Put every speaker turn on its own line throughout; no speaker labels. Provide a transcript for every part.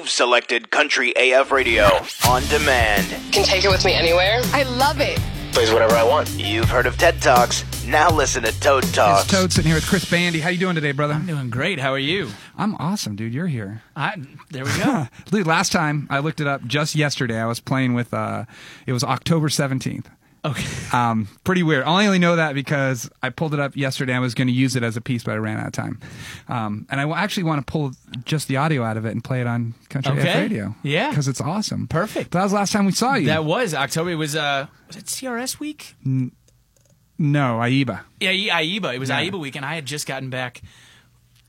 You've selected Country AF Radio on demand.
can take it with me anywhere.
I love it.
plays whatever I want.
You've heard of TED Talks. Now listen to Toad Talks.
It's Toad sitting here with Chris Bandy. How you doing today, brother?
I'm doing great. How are you?
I'm awesome, dude. You're here.
I, there we go.
Uh, Dude, last time I looked it up just yesterday, I was playing with uh it was October 17th.
Okay.
Um pretty weird. I only know that because I pulled it up yesterday. I was going to use it as a piece, but I ran out of time. Um and I wa- actually want to pull just the audio out of it and play it on Country AF
Okay.
Radio.
Yeah.
Cuz it's awesome.
Perfect.
That was the last time we saw you.
That was October. It was uh, was it CRS week?
no, Aiba.
Yeah, E-, IEBA. It was
Yeah.
IEBA week, and I had just gotten back.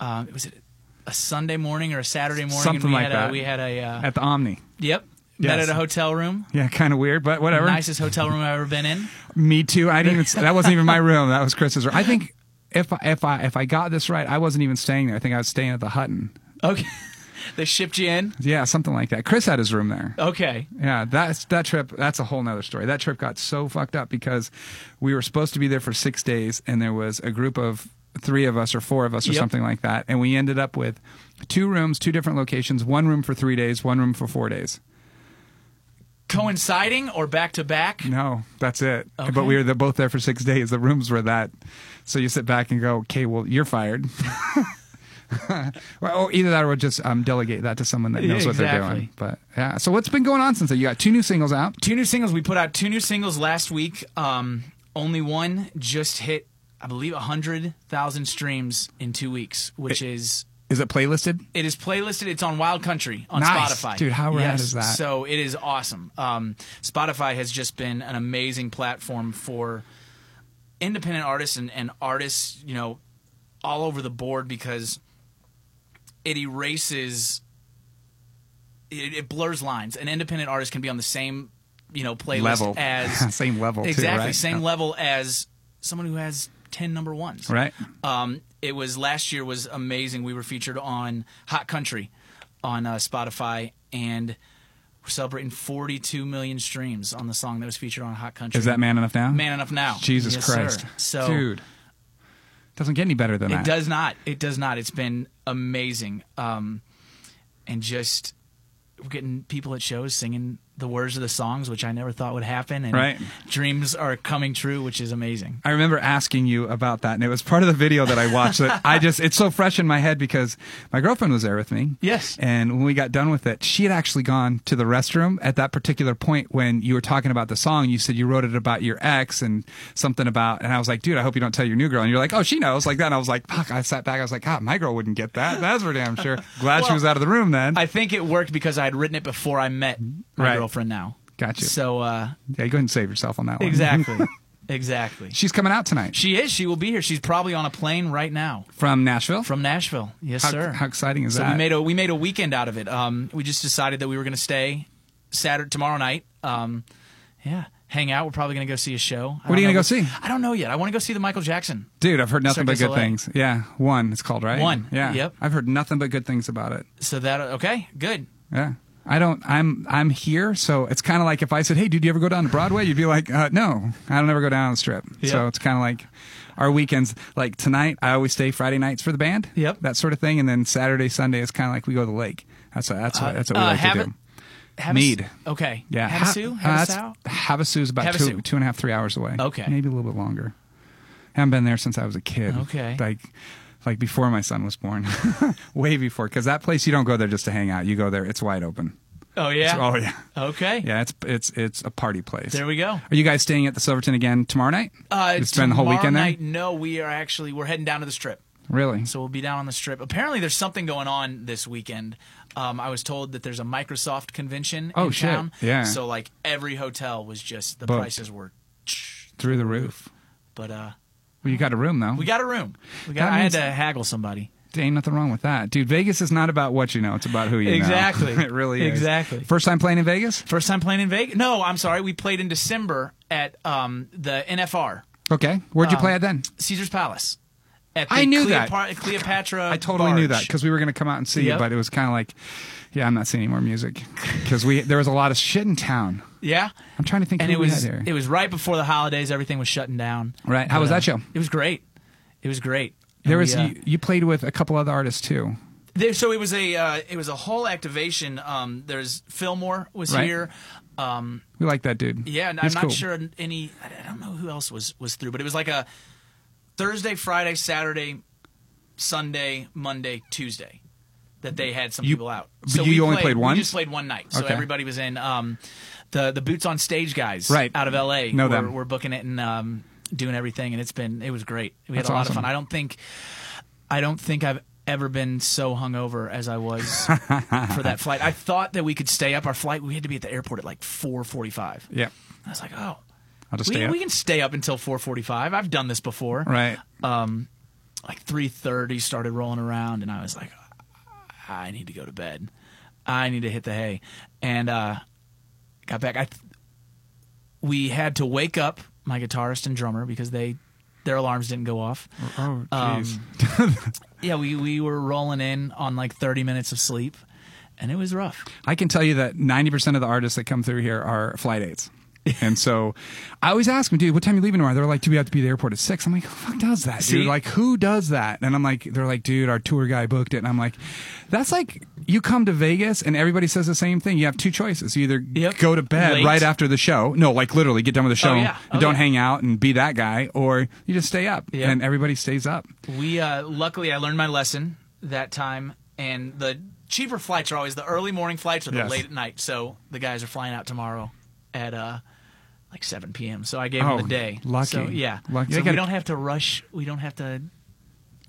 Um, was it a Sunday morning or a Saturday morning? and
Something
we
like
had
that.
A, we had a uh,
At the Omni.
yep. Met
Yes.
at a hotel room.
Yeah, kind of weird, but whatever.
Nicest hotel room I've ever been in.
Me too. I didn't even. That wasn't even my room. That was Chris's room. I think if I, if I if I got this right, I wasn't even staying there. I think I was staying at the Hutton.
Okay. they shipped you in.
Yeah, something like that. Chris had his room there.
Okay.
Yeah, that's that trip. That's a whole nother story. That trip got so fucked up because we were supposed to be there for six days, and there was a group of three of us or four of us or
Yep.
something like that, and we ended up with two rooms, two different locations. One room for three days, one room for four days.
Coinciding or back to back?
No, that's it.
Okay.
But we were the, both there for six days. The rooms were that. So you sit back and go, okay, well, you're fired. well, or either that or we'll just um, delegate that to someone that
Yeah,
knows what they're doing.
exactly.
But yeah. So what's been going on since then? You got two new singles out.
two new singles. We put out two new singles last week. Um, only one just hit, I believe, hundred thousand streams in two weeks, which is
Is it playlisted?
it is playlisted. It's on Wild Country on
Nice.
Spotify.
Dude, how rad
Yes.
is that?
So it is awesome. Um, Spotify has just been an amazing platform for independent artists and, and artists, you know, all over the board because it erases it, it blurs lines. An independent artist can be on the same, you know, playlist
Level.
as
Same level, too,
exactly
right?
same
Yeah.
level as someone who has ten number ones.
Right.
Um, it was last year was amazing. We were featured on Hot Country on uh, Spotify and. We're celebrating 42 million streams on the song that was featured on Hot Country.
Is that man enough now?
Man Enough Now?
Jesus
Yes,
Christ.
sir. So
dude, doesn't get any better than that.
it does not. It does not. It's been amazing. Um, and just we're getting people at shows singing the words of the songs, which I never thought would happen. And
Right.
dreams are coming true, which is amazing.
I remember asking you about that, and it was part of the video that I watched. that I just, it's so fresh in my head because my girlfriend was there with me.
Yes.
And when we got done with it, she had actually gone to the restroom at that particular point when you were talking about the song. You said you wrote it about your ex and something about, and I was like, dude, I hope you don't tell your new girl. And you're like, oh, she knows, like that. And I was like, fuck, I sat back. I was like, God, my girl wouldn't get that. That's for damn sure. Glad she
Well,
was out of the room then.
I think it worked because I had written it before I met my
Right.
girlfriend now.
Gotcha.
So, uh,
yeah, go ahead and save yourself on that one.
exactly. exactly.
She's coming out tonight
She is. She will be here. She's probably on a plane right now
from Nashville.
from Nashville. Yes,
how,
sir.
how exciting is
So
that?
we made a we made a weekend out of it. Um, we just decided that we were going to stay Saturday tomorrow night. Um, yeah, hang out. We're probably going to go see a show.
What are you
going
gonna
to
go see?
I don't know yet. I want to go see the Michael Jackson.
Dude, I've heard nothing
Cirque
but
du
good
Soleil.
things. Yeah, one. It's called right.
One,
Yeah.
yep.
I've heard nothing but good things about it.
So that okay, good.
Yeah. I don't. I'm. I'm here, so it's kind of like if I said, "Hey, dude, you ever go down to Broadway?" You'd be like, uh, "No, I don't ever go down the strip." So
Yeah.
it's kind of like our weekends. Like tonight, I always stay Friday nights for the band.
Yep.
That sort of thing, and then Saturday, Sunday, it's kind of like we go to the lake. That's what. That's what. That's what we
uh,
like
have
to
it-
do.
Have
Mead.
okay.
Yeah.
Havasu.
Ha- uh, that's-
Havasu.
Havasu is about two,
Havasu.
two and a half, three hours away.
Okay.
Maybe a little bit longer. Haven't been there since I was a kid.
Okay.
Like, like before my son was born, way before. Because that place, you don't go there just to hang out. You go there, it's wide open.
Oh yeah.
Oh yeah.
Okay.
Yeah. It's it's it's a party place.
There we go.
Are you guys staying at the Silverton again tomorrow night?
Uh,
you spend the whole
tomorrow
weekend
night,
there.
No, we are actually we're heading down to the Strip.
Really?
So we'll be down on the strip. Apparently, there's something going on this weekend. Um, I was told that there's a Microsoft convention
Oh,
in
shit.
town.
Yeah.
So like every hotel was just the
Booked.
prices were,
Through the roof.
but uh,
Well, you got a room though.
we got a room. We got.
That
I had
means-
to haggle somebody.
Ain't nothing wrong with that, dude. Vegas is not about what you know; it's about who you know.
Exactly.
it really is.
Exactly.
First time playing in Vegas?
First time playing in Vegas? No, I'm sorry. We played in December at um, the NFR,
Okay. Where'd you
Um,
play it then?
Caesar's Palace. At the
I knew that.
Cleopatra, Cleopatra.
I totally knew that
Barge.
because we were going to come out and see you,
Yep.
but it was kind of like, yeah, I'm not seeing any more music because we there was a lot of shit in town.
Yeah.
I'm trying to think
and
who
it
we
was
had here.
it was right before the holidays. Everything was shutting down.
Right. How
But,
was that show?
uh, It was great. It was great.
There
And
was
we, uh,
you, you played with a couple other artists too.
There, so it was a uh, it was a whole activation. Um, there's Fillmore was
Right.
here. Um,
We like that dude.
yeah, and I'm
He's
not
cool.
sure any. I don't know who else was was through, but it was like a Thursday, Friday, Saturday, Sunday, Monday, Tuesday that they had some
You-
people out.
but you only played
We
once?
just played one night, so
Okay.
everybody was in. Um, the the boots on stage guys,
Right.
out of L.A.
Know
were,
them.
were booking it and um, doing everything, and it's been it was great. We
That's
had a lot
awesome.
of fun. I don't think I don't think I've ever been so hungover as I was for that flight. I thought that we could stay up. Our flight we had to be at the airport at like four forty five.
Yeah.
I was like, oh,
I'll just
we,
stay up.
we can stay up until 4:45. I've done this before.
Right.
Um, like 3:30 started rolling around, and I was like, I need to go to bed. I need to hit the hay, and uh, got back. I th- we had to wake up my guitarist and drummer because they their alarms didn't go off.
Oh, jeez.
um, Yeah, we we were rolling in on like 30 minutes of sleep, and it was rough.
I can tell you that 90% of the artists that come through here are flight aides. And so I always ask them, dude, what time you leaving tomorrow? They're like, dude, we have to be at the airport at six. I'm like, who the fuck does that, dude?
See?
Like, who does that? And I'm like, they're like, dude, our tour guy booked it. And I'm like, that's like, you come to Vegas and everybody says the same thing. You have two choices. You either
Yep.
go to bed
Late.
right after the show. No, like literally get done with the show
Oh, yeah.
and
Oh,
don't
yeah.
hang out and be that guy, or you just stay up.
Yeah.
And everybody stays up.
We uh, luckily I learned my lesson that time, and the cheaper flights are always the early morning flights or the
Yes.
late at night. So the guys are flying out tomorrow at uh, like 7 p.m. So I gave
Oh,
them the day.
lucky.
So, yeah.
Lucky.
So
They gotta-
we don't have to rush. We don't have to.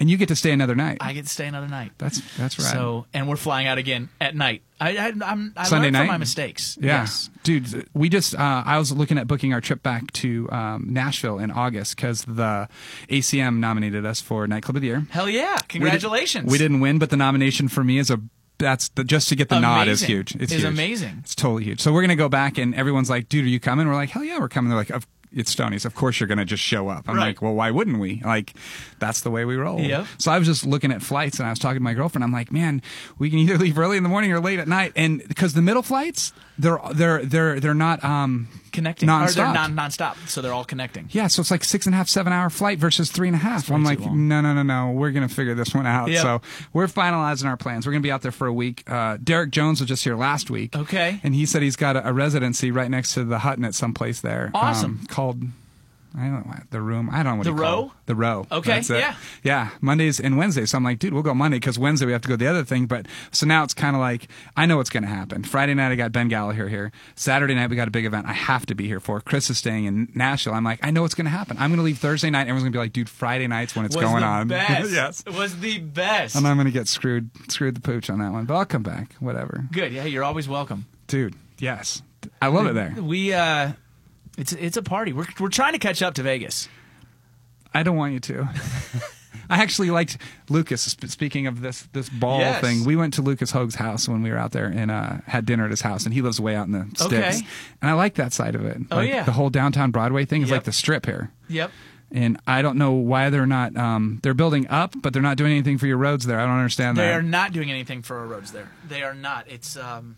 And you get to stay another night.
I get to stay another night.
that's, that's right.
So and we're flying out again at night. I I, I'm, I
Sunday
learned
night?
from my mistakes.
Yeah.
Yes.
Dude, we just, uh, I was looking at booking our trip back to um, Nashville in August because the ACM nominated us for Nightclub of the Year.
Hell yeah!
We did-
Congratulations.
We, didn't win, but the nomination for me is a, that's the, just to get the nod is
Amazing.
huge. It's
Is
huge.
amazing.
It's totally huge. So we're going to go back and everyone's like, dude, are you coming? We're like, hell yeah, we're coming. They're like, of, it's Stoney's. Of course you're going to just show up. I'm
Right.
like, well, why wouldn't we? Like, that's the way we roll.
Yep.
So I was just looking at flights and I was talking to my girlfriend. I'm like, man, we can either leave early in the morning or late at night. And because the middle flights, they're, they're, they're, they're not, um,
Connecting. Or
nonstop.
they're non nonstop. So they're all connecting.
yeah, so it's like six and a half, seven hour flight versus three and a half. I'm
too
like,
long.
no, no, no, no. We're gonna figure this one out.
Yeah.
So we're finalizing our plans. We're gonna be out there for a week. Uh, Derek Jones was just here last week.
Okay.
And he said he's got a, a residency right next to the Hutton at some place there. um,
Awesome.
called. I don't know, the room. I don't know what
The
you call
Row?
it. The row.
Okay,
That's it.
yeah.
Yeah. Mondays and Wednesdays. So I'm like, dude, we'll go Monday because Wednesday we have to go to the other thing. But so now it's kind of like I know what's going to happen. Friday night I got Ben Gallagher here. Saturday night we got a big event I have to be here for. Chris is staying in Nashville. I'm like, I know what's going to happen. I'm going to leave Thursday night. Everyone's going to be like, dude, Friday night's when it's
was
going
the
on.
Best.
yes.
Was the best.
And I'm going to get screwed, screwed the pooch on that one. But I'll come back. Whatever,
Good. Yeah. You're always welcome.
dude. Yes, I love it there.
We uh it's it's a party. We're we're trying to catch up to Vegas.
I don't want you to. I actually liked Lucas. sp- Speaking of this this ball
Yes.
thing, we went to Lucas Hoag's house when we were out there and uh, had dinner at his house, and he lives way out in the sticks.
Okay.
And I like that side of it.
Oh,
Like,
yeah.
the whole downtown Broadway thing is
Yep.
like the strip here.
Yep.
And I don't know why they're not. Um, they're building up, but they're not doing anything for your roads there. I don't understand
They
that.
are not doing anything for our roads there. They are not. It's um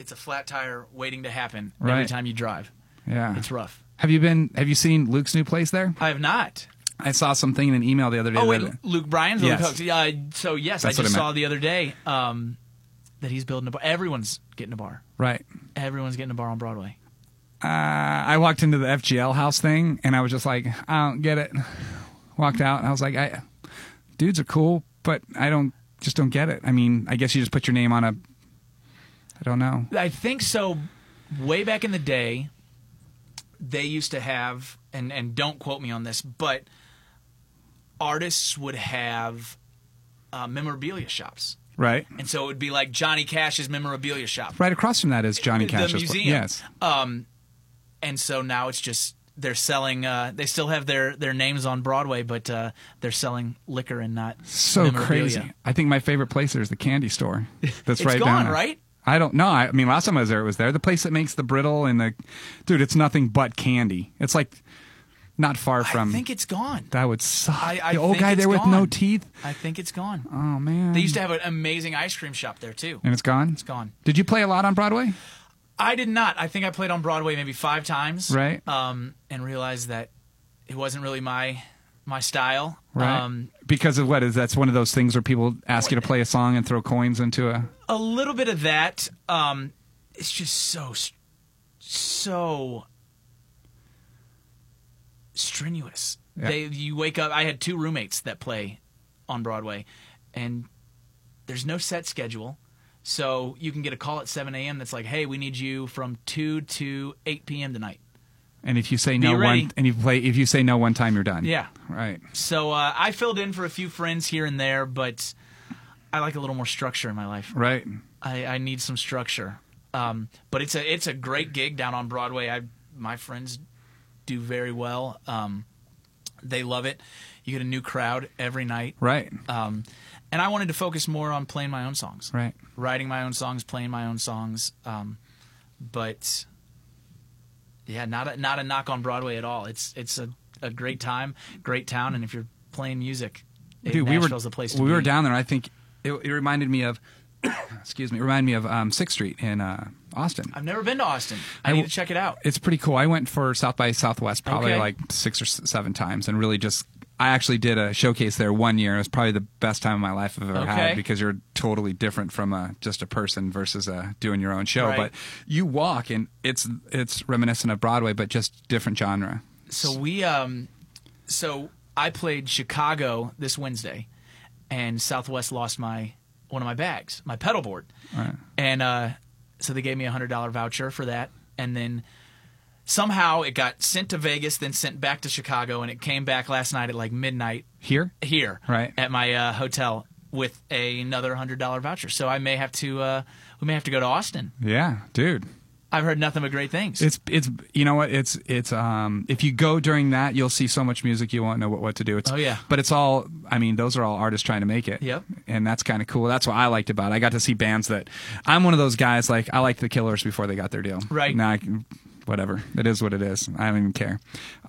it's a flat tire waiting to happen
Right.
every time you drive.
yeah.
It's rough.
Have you been? Have you seen Luke's new place there?
I have not.
I saw something in an email the other day.
Oh
that-
wait, Luke Bryan's
Yes.
Luke Hooks. Yeah, I- so yes,
That's
I
what
just
I meant.
saw the other day um that he's building a bar. Everyone's getting a bar.
right.
Everyone's getting a bar on Broadway.
uh, I walked into the FGL house thing and I was just like, I don't get it. Walked out and I was like, I, dudes are cool, but I don't just don't get it. I mean, I guess you just put your name on a, I don't know.
I think so. Way back in the day, they used to have, and and don't quote me on this, but artists would have uh, memorabilia shops,
Right.
and so it would be like Johnny Cash's memorabilia shop,
Right across from that is Johnny Cash's
the
place.
museum.
Yes.
Um, and so now it's just they're selling. Uh, they still have their their names on Broadway, but uh, they're selling liquor and not
So
memorabilia.
crazy. I think my favorite place there is the candy store. That's
It's
right down
gone,
there.
right?
I don't know. I I mean, last time I was there, it was there. The place that makes the brittle and the, dude, it's nothing but candy. It's like not far
I
from.
think it's gone.
that would suck.
I- I
the old
think
guy
it's
there with no
gone.
teeth.
I think it's gone.
Oh man.
They used to have an amazing ice cream shop there too.
And it's gone?
It's gone.
Did you play a lot on Broadway?
I did not. I think I played on Broadway maybe five times.
Right.
Um, and realized that it wasn't really my my style.
Right.
Um,
because of what is that's one of those things where people ask you to play a song and throw coins into a
a little bit of that. Um, it's just so, st- so strenuous.
Yeah.
They, you wake up. I had two roommates that play on Broadway, and there's no set schedule. So you can get a call at 7 a.m. that's like, "Hey, we need you from 2 to 8 p.m. tonight."
and if you say no
ready.
one and you play if you say no one time you're done.
Yeah.
Right.
So uh, I filled in for a few friends here and there, but I like a little more structure in my life.
Right.
I, I need some structure. Um, but it's a it's a great gig down on Broadway. I my friends do very well. Um, they love it. You get a new crowd every night.
Right.
Um, and I wanted to focus more on playing my own songs,
Right.
writing my own songs, playing my own songs. Um, but yeah, not a, not a knock on Broadway at all. It's it's a, a great time, great town, and if you're playing music, it,
Dude, we were
Nashville's the place to
we
be.
were down there. I think it, it reminded me of excuse me, it reminded me of um, Sixth Street in uh, Austin.
I've never been to Austin. I,
I
need
w-
to check it out.
It's pretty cool. I went for South by Southwest probably
Okay.
like six or s- seven times, and really just I actually did a showcase there one year. It was probably the best time of my life I've ever
Okay.
had because you're totally different from a, just a person versus a, doing your own show.
Right.
But you walk and it's it's reminiscent of Broadway, but just different genre.
So we um so I played Chicago this Wednesday and Southwest lost my one of my bags, my pedal board.
Right.
And uh so they gave me a hundred dollar voucher for that and then somehow it got sent to Vegas, then sent back to Chicago and it came back last night at like midnight
Here,
here
Right.
at my uh, hotel with another hundred dollar voucher. So I may have to uh we may have to go to Austin.
yeah, dude.
I've heard nothing but great things.
It's it's you know what it's it's um if you go during that you'll see so much music you won't know what, what to do. It's,
Oh, yeah.
but it's all I mean those are all artists trying to make it.
Yep.
and that's kind of cool. That's what I liked about. it. I got to see bands that I'm one of those guys like I liked the Killers before they got their deal.
Right.
now I can, whatever it is what it is. I don't even care.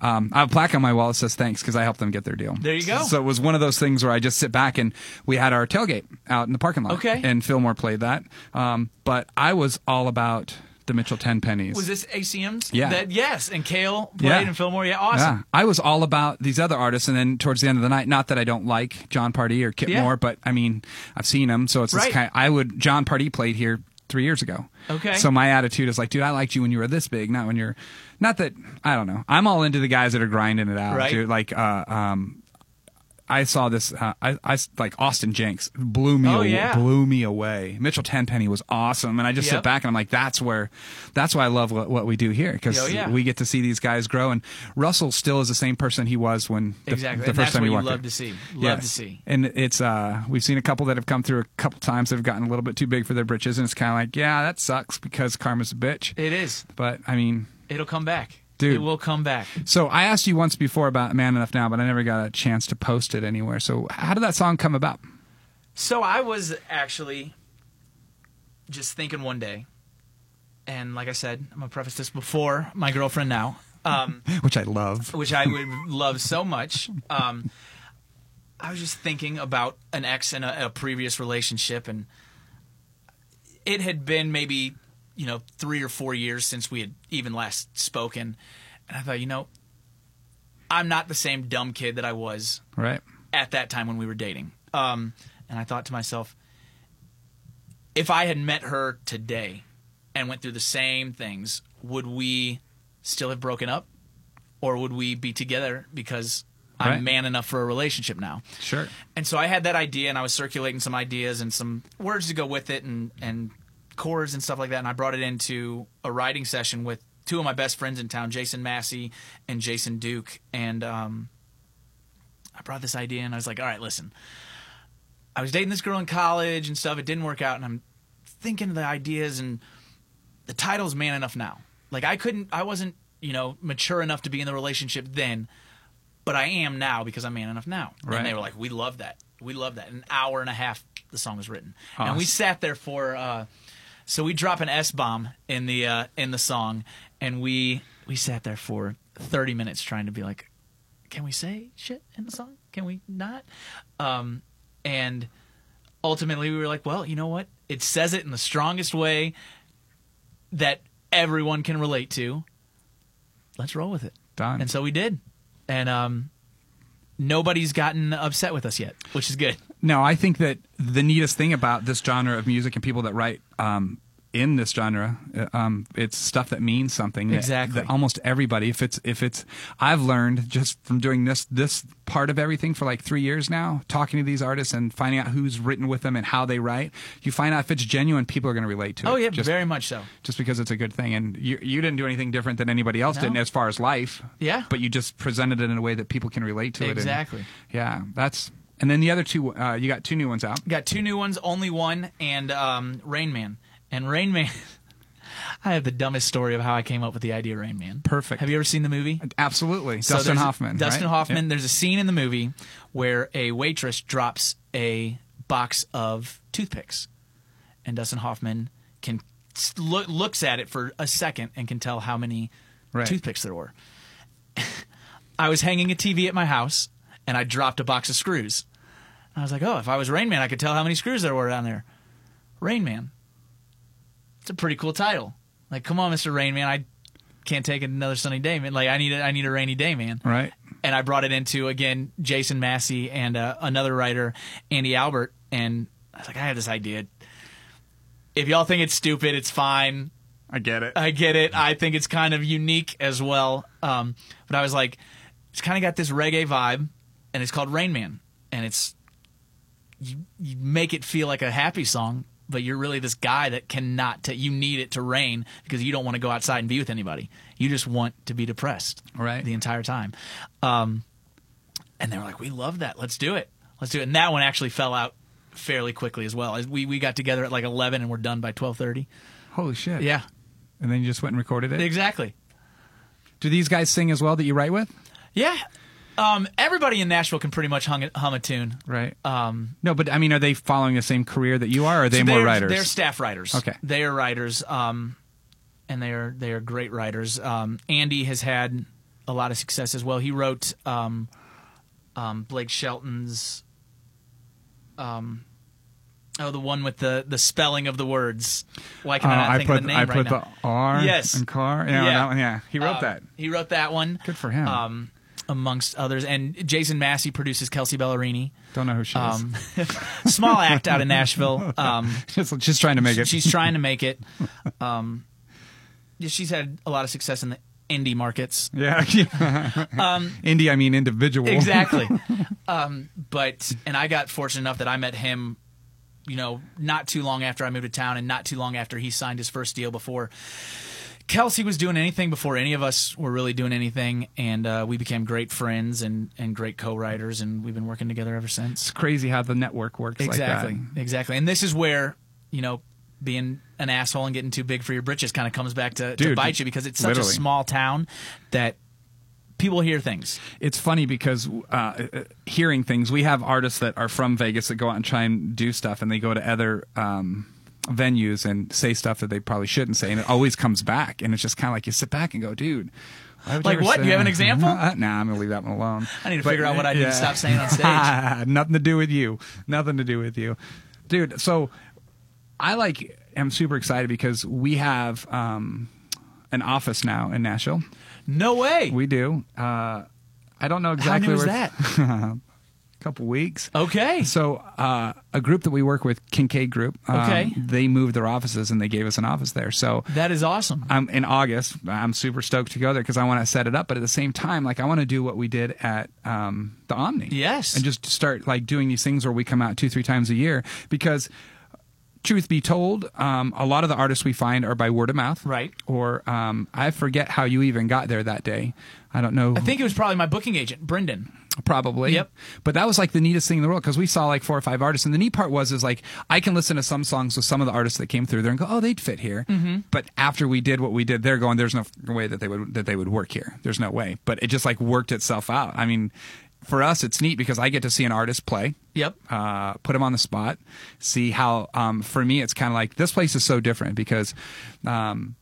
Um, I have a plaque on my wall that says thanks because I helped them get their deal.
There you go.
So it was one of those things where I just sit back and we had our tailgate out in the parking lot.
Okay.
and Fillmore played that. Um, but I was all about the Mitchell Ten Pennies.
Was this ACM's?
Yeah.
That, yes. And Kale played
Yeah.
and Fillmore. Yeah. Awesome.
Yeah. I was all about these other artists, and then towards the end of the night, not that I don't like John Pardee or Kit
Yeah.
Moore, but I mean, I've seen them, so it's this
Right.
kind. I would John Pardee played here three years ago.
Okay.
So my attitude is like, dude, I liked you when you were this big, not when you're. Not that I don't know. I'm all into the guys that are grinding it out,
Right.
dude. Like, uh, um, I saw this. Uh, I, I s- like Austin Jenks blew me
Oh,
away,
yeah.
blew me away. Mitchell Tenpenny was awesome, and I just sit
Yep.
back and I'm like, that's where, that's why I love what, what we do here because
Oh, yeah.
we get to see these guys grow. And Russell still is the same person he was when the,
Exactly.
the
And
first
that's
time
what
he
you
walked.
love
in.
to see. Love
Yes.
to see.
And it's uh, we've seen a couple that have come through a couple times. They've gotten a little bit too big for their britches, and it's kind of like, yeah, that sucks because karma's a bitch.
It is.
But I mean,
It'll come back.
Dude.
It will come back.
so I asked you once before about Man Enough Now, but I never got a chance to post it anywhere. So how did that song come about?
So I was actually just thinking one day, and like I said, I'm going to preface this before my girlfriend now, um,
Which I love.
which I would love so much. Um, I was just thinking about an ex in a, a previous relationship, and it had been maybe you know three or four years since we had even last spoken, and I thought, you know, I'm not the same dumb kid that I was
Right.
at that time when we were dating. Um, and I thought to myself, if I had met her today and went through the same things, would we still have broken up? Or would we be together because I'm
Right.
man enough for a relationship now?
Sure.
And so I had that idea, and I was circulating some ideas and some words to go with it, and and chords and stuff like that. And I brought it into a writing session with two of my best friends in town, Jason Massey and Jason Duke. And um, I brought this idea, and I was like, "All right, listen, I was dating this girl in college and stuff. It didn't work out, and I'm thinking of the ideas and the title's man enough now. Like I couldn't, I wasn't, you know, mature enough to be in the relationship then, but I am now because I'm man enough now.
Right.
And they were like, we love that, we love that. An hour and a half, the song was written, and
Awesome.
we sat there for. uh So we drop an S bomb in the uh in the song, and we we sat there for 30 minutes trying to be like, can we say shit in the song? Can we not? Um, and ultimately, we were like, well, you know what? It says it in the strongest way that everyone can relate to. Let's roll with it.
Done.
And so we did. And um, nobody's gotten upset with us yet, which is good.
No, I think that the neatest thing about this genre of music and people that write um, in this genre, uh, um, it's stuff that means something. that-
Exactly.
that almost everybody, if it's if it's, I've learned just from doing this this part of everything for like three years now, talking to these artists and finding out who's written with them and how they write. You find out if it's genuine, people are going to relate to it.
Oh yeah,
just,
very much so.
just because it's a good thing. And you you didn't do anything different than anybody else
No.
did as far as life.
Yeah.
But you just presented it in a way that people can relate to it. and-
Exactly.
yeah, that's. And then the other two, uh, you got two new ones out.
Got two new ones, only one, and um, Rain Man. And Rain Man, I have the dumbest story of how I came up with the idea of Rain Man.
Perfect.
Have you ever seen the movie?
Absolutely.
So
Dustin
there's a-
Hoffman.
Dustin
right?
Hoffman.
Yeah.
There's a scene in the movie where a waitress drops a box of toothpicks, and Dustin Hoffman can s- loo- looks at it for a second and can tell how many
Right.
toothpicks there were. I was hanging a TV at my house, and I dropped a box of screws. And I was like, "Oh, if I was Rain Man, I could tell how many screws there were down there." Rain Man. It's a pretty cool title. Like, come on, Mister Rain Man, I can't take another sunny day, man. Like, I need a, I need a rainy day, man
Right.
and I brought it into again Jason Massey and uh, another writer, Andy Albert, and I was like, I have this idea. If y'all think it's stupid, it's fine.
I get it.
I get it. I think it's kind of unique as well. Um, but I was like, it's kind of got this reggae vibe, and it's called Rain Man, and it's you, you make it feel like a happy song, but you're really this guy that cannot. ta- you need it to rain because you don't want to go outside and be with anybody. You just want to be depressed,
Right.
The entire time. Um, and they were like, "We love that. Let's do it. Let's do it." And that one actually fell out fairly quickly as well. We we got together at like eleven and we're done by twelve thirty.
Holy shit.
Yeah,
And then you just went and recorded it.
exactly.
Do these guys sing as well that you write with?
Yeah. Um, everybody in Nashville can pretty much hung, hum a tune.
Right.
Um,
no, but I mean, are they following the same career that you are? Or are they
so
more
they're-
writers?
They're staff writers.
Okay.
They are writers, um, and they are they are great writers. Um, Andy has had a lot of success as well. He wrote um, um, Blake Shelton's, um, oh, the one with the the spelling of the words. Why
Oh,
can I not
I
think
put
of the name
I
right
put
now?
the R
Yes.
and car. Yeah,
Yeah.
That one, yeah. He wrote
Um,
that.
He wrote that one.
Good for him.
Um, amongst others, and Jason Massey produces Kelsey Ballerini.
Don't know who she is.
Um, small act out of Nashville. Um,
just, just trying to make it.
she's trying to make it. Um, yeah, she's had a lot of success in the indie markets.
yeah. Indie, I mean individual.
Um, Exactly. um, but and I got fortunate enough that I met him, you know, not too long after I moved to town, and not too long after he signed his first deal. Before Kelsey was doing anything, before any of us were really doing anything, and uh, we became great friends and and great co-writers, and we've been working together ever since.
It's crazy how the network works
Exactly.
like that.
Exactly. And this is where, you know, being an asshole and getting too big for your britches kind of comes back to, to
Dude,
bite you because it's such
literally.
a small town that people hear things.
it's funny because uh, uh, hearing things, we have artists that are from Vegas that go out and try and do stuff, and they go to other um, venues and say stuff that they probably shouldn't say, and it always comes back, and it's just kind of like you sit back and go, dude. why would
Like
ever
what?
say
Do you have an
that?"
example?
Uh, nah, I'm gonna leave that one alone.
I need to
But,
figure out what I need
yeah.
to stop saying on stage.
Ah, nothing to do with you. Nothing to do with you, dude. So I like am super excited because we have um, an office now in Nashville.
no way.
We do. Uh, I don't know
How
exactly
new is
where
that?
A couple weeks.
Okay.
So uh, a group that we work with, Kincaid Group, um,
Okay.
they moved their offices and they gave us an office there. So
That is awesome.
I'm in August. I'm super stoked to go there because I want to set it up. But at the same time, like I want to do what we did at um, the Omni.
Yes.
And just start like doing these things where we come out two, three times a year because. Truth be told, um, a lot of the artists we find are by word of mouth,
Right.
Or um, I forget how you even got there that day. I don't know.
I think it was probably my booking agent, Brendan.
Probably.
Yep.
But that was like the neatest thing in the world because we saw like four or five artists, and the neat part was is like I can listen to some songs with some of the artists that came through there and go, oh, they'd fit here. But after we did what we did, they're going, there's no f- way that they would that they would work here. There's no way. But it just like worked itself out. I mean, for us, it's neat because I get to see an artist play
Yep.
uh, put him on the spot, see how. Um, for me, it's kind of like this place is so different because um,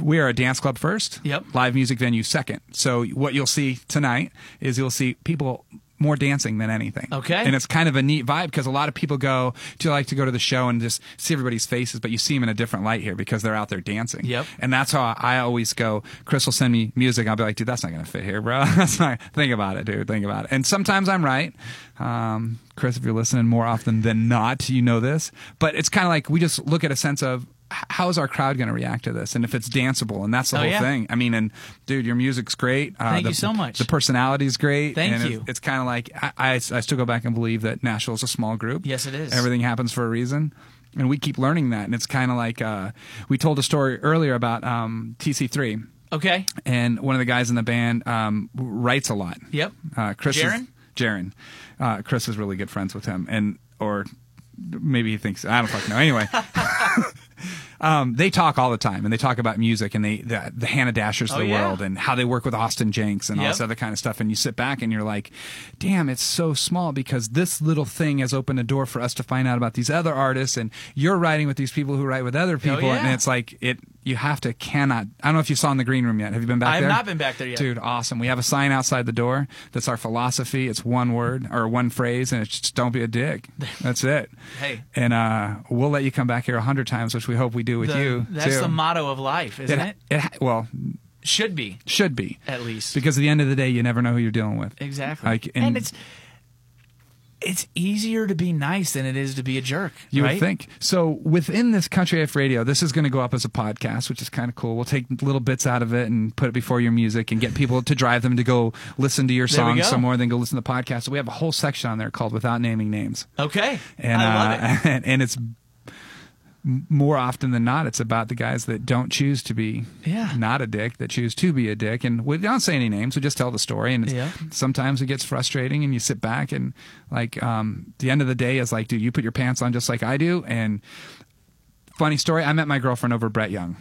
we are a dance club first,
Yep.
live music venue second. So what you'll see tonight is you'll see people more dancing than anything.
Okay.
And it's kind of a neat vibe because a lot of people go, do you like to go to the show and just see everybody's faces, but you see them in a different light here because they're out there dancing.
Yep.
And that's how I always go, Chris will send me music. I'll be like, dude, that's not going to fit here, bro. that's not, think about it, dude. Think about it. And sometimes I'm right. Um, Chris, if you're listening more often than not, you know this, but it's kind of like we just look at a sense of, h- how is our crowd going to react to this? And if it's danceable, and that's the
Oh,
whole
yeah.
thing. I mean, and dude, your music's great. Uh,
Thank
the-
you so much.
The personality is great.
Thank
and
you.
It's, it's kind of like I, I, I still go back and believe that Nashville is a small group.
Yes, it is.
Everything happens for a reason. And we keep learning that. And it's kind of like uh, we told a story earlier about um, TC3.
Okay.
And one of the guys in the band um, writes a lot.
Yep.
Uh, Chris
Jaron?
Is, Jaron. Uh, Chris is really good friends with him. And, or maybe he thinks, I don't fucking know. Anyway. um, they talk all the time and they talk about music and they the, the Hannah Dashers of
Oh,
the
yeah.
world and how they work with Austin Jenks and all
Yep.
this other kind of stuff. And you sit back and you're like, damn, it's so small because this little thing has opened a door for us to find out about these other artists and you're writing with these people who write with other people.
Oh, yeah.
And it's like it you have to cannot I don't know if you saw in the green room yet. Have you been back
I have
there?
not been back there yet.
Dude, awesome. We have a sign outside the door that's our philosophy. It's one word or one phrase and it's just don't be a dick. That's it.
Hey.
And uh, we'll let you come back here a hundred times, which we hope we do with
The-
you.
that's
too.
the motto of life, isn't it?
It, it, well,
Should be,
should be.
at least.
Because at the end of the day, you never know who you're dealing with.
Exactly.
Like,
and,
and,
it's it's easier to be nice than it is to be a jerk.
you
right?
would think. So within this Country AF Radio, this is going to go up as a podcast, which is kind of cool. We'll take little bits out of it and put it before your music and get people to drive them to go listen to your
There we
song
go.
somewhere, then go listen to the podcast. So we have a whole section on there called Without Naming Names.
Okay.
and
I love
uh,
it.
And, and it's m- more often than not, it's about the guys that don't choose to be
Yeah.
not a dick, that choose to be a dick. And we don't say any names; we just tell the story. And it's,
Yeah.
sometimes it gets frustrating, and you sit back and like um, the end of the day is like, dude, you put your pants on just like I do. And funny story, I met my girlfriend over Brett Young.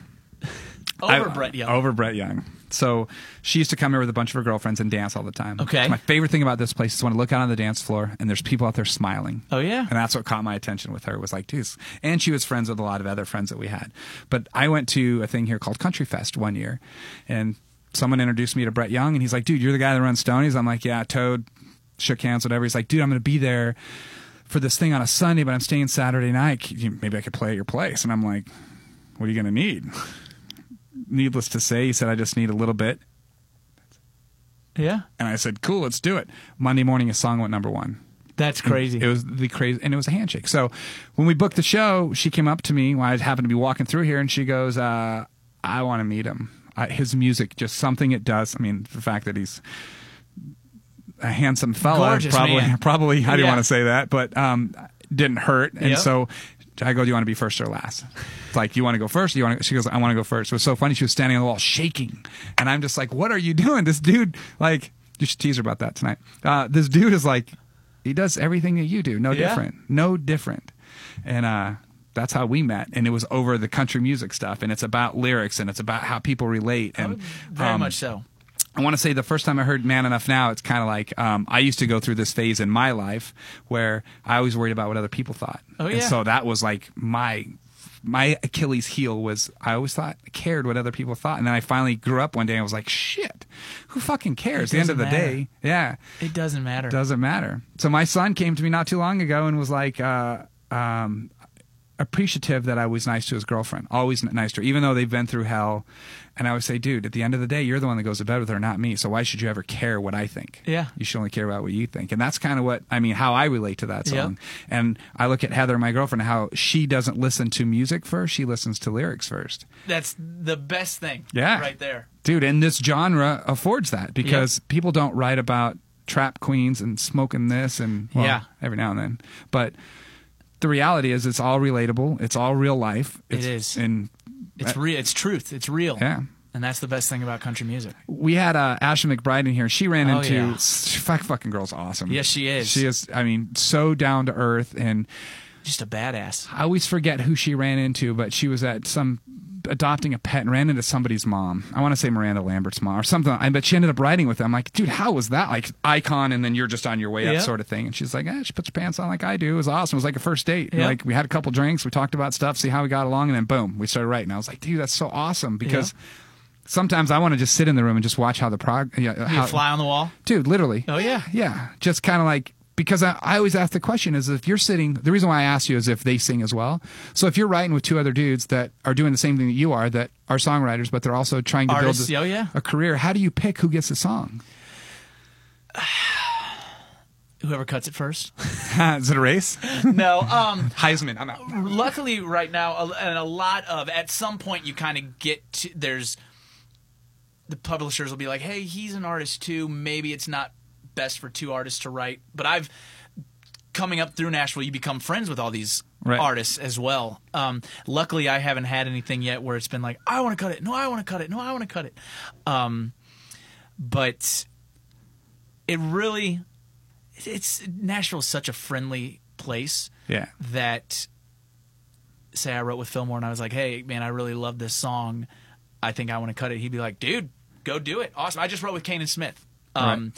Over
I- oh.
Brett Young.
Over Brett Young. So she used to come here with a bunch of her girlfriends and dance all the time.
Okay.
My favorite thing about this place is when I look out on the dance floor and there's people out there smiling.
Oh, yeah.
And that's what caught my attention with her was like, geez. And she was friends with a lot of other friends that we had. But I went to a thing here called Country Fest one year and someone introduced me to Brett Young and he's like, dude, you're the guy that runs Stonies. I'm like, yeah, Toad, shook hands, whatever. He's like, dude, I'm going to be there for this thing on a Sunday, but I'm staying Saturday night. Can you- Maybe I could play at your place. And I'm like, what are you going to need? Needless to say, he said, I just need a little bit.
yeah.
And I said, cool, let's do it. Monday morning, his song went number one.
That's crazy.
It was the crazy, and it was a handshake. So when we booked the show, she came up to me when I happened to be walking through here, and she goes, uh, "I want to meet him. I, his music, just something it does. I mean, the fact that he's a handsome fella,
Gorgeous
probably,
man.
probably. I didn't
Yeah.
want to say that, but um, didn't hurt. And
Yep.
so I go, "Do you want to be first or last?" It's like, "You want to go first? Do you want?" To, she goes, "I want to go first. It was so funny. She was standing on the wall shaking, and I'm just like, "What are you doing, this dude?" Like, you should tease her about that tonight. Uh, this dude is like, he does everything that you do, no
Yeah.
different, no different, and uh. That's how we met, and it was over the country music stuff, and it's about lyrics, and it's about how people relate, and
Oh, Very
um,
much so.
I want to say the first time I heard "Man Enough Now," it's kind of like um, I used to go through this phase in my life where I always worried about what other people thought.
Oh,
And
yeah.
so that was like my my Achilles heel was I always thought cared what other people thought, and then I finally grew up one day and I was like, shit, who fucking cares? At the end of the
doesn't matter.
day, yeah,
It doesn't matter.
doesn't matter. So my son came to me not too long ago and was like, uh, um, appreciative that I was nice to his girlfriend, always n- nice to her, even though they've been through hell. And I would say, dude, at the end of the day, you're the one that goes to bed with her, not me. So why should you ever care what I think?
Yeah.
You should only care about what you think. And that's kind of what, I mean, how I relate to that
Yeah.
song. And I look at Heather, my girlfriend, how she doesn't listen to music first. She listens to lyrics first.
That's the best thing.
Yeah.
Right there.
Dude, and this genre affords that because people don't write about trap queens and smoking this and well,
Yeah.
every now and then. But the reality is it's all relatable, it's all real life.
It
It's,
is.
And
It's real. It's truth. It's real.
Yeah.
And that's the best thing about country music.
we had uh, Ashley McBride in here. She ran
Oh,
into
yeah.
s- fuck fucking girl's awesome.
Yes, she is.
She is I mean, so down to earth and
Just a badass.
I always forget who she ran into, but she was at some adopting a pet and ran into somebody's mom. I want to say Miranda Lambert's mom or something. I but she ended up riding with them. I'm like, dude, how was that? Like icon, and then you're just on your way up,
Yeah.
sort of thing. And she's like, eh, she puts her pants on like I do. It was awesome. It was like a first date.
Yeah.
Like we had a couple drinks, we talked about stuff, see how we got along, and then boom, we started writing. I was like, dude, that's so awesome because sometimes I want to just sit in the room and just watch how the prog. Yeah,
Be a
how,
fly on the wall.
dude, literally.
Oh yeah.
Yeah, just kind of like because I, I always ask the question is if you're sitting. The reason why I ask you is if they sing as well. So if you're writing with two other dudes that are doing the same thing that you are, that are songwriters, but they're also trying to
Artists,
build a,
oh, yeah.
a career, how do you pick who gets the song?
Whoever cuts it first.
is it a race?
no. Um.
Heisman, I'm out.
luckily right now a- and a lot of at some point you kind of get to there's the publishers will be like hey he's an artist too maybe it's not best for two artists to write but i've coming up through nashville you become friends with all these
Right.
artists as well um, luckily i haven't had anything yet where it's been like i want to cut it no i want to cut it no i want to cut it um, but it really it's nashville's such a friendly place
Yeah.
that say I wrote with Fillmore and I was like, "Hey, man, I really love this song. I think I want to cut it." He'd be like, "Dude, go do it. Awesome. I just wrote with Kane and Smith um,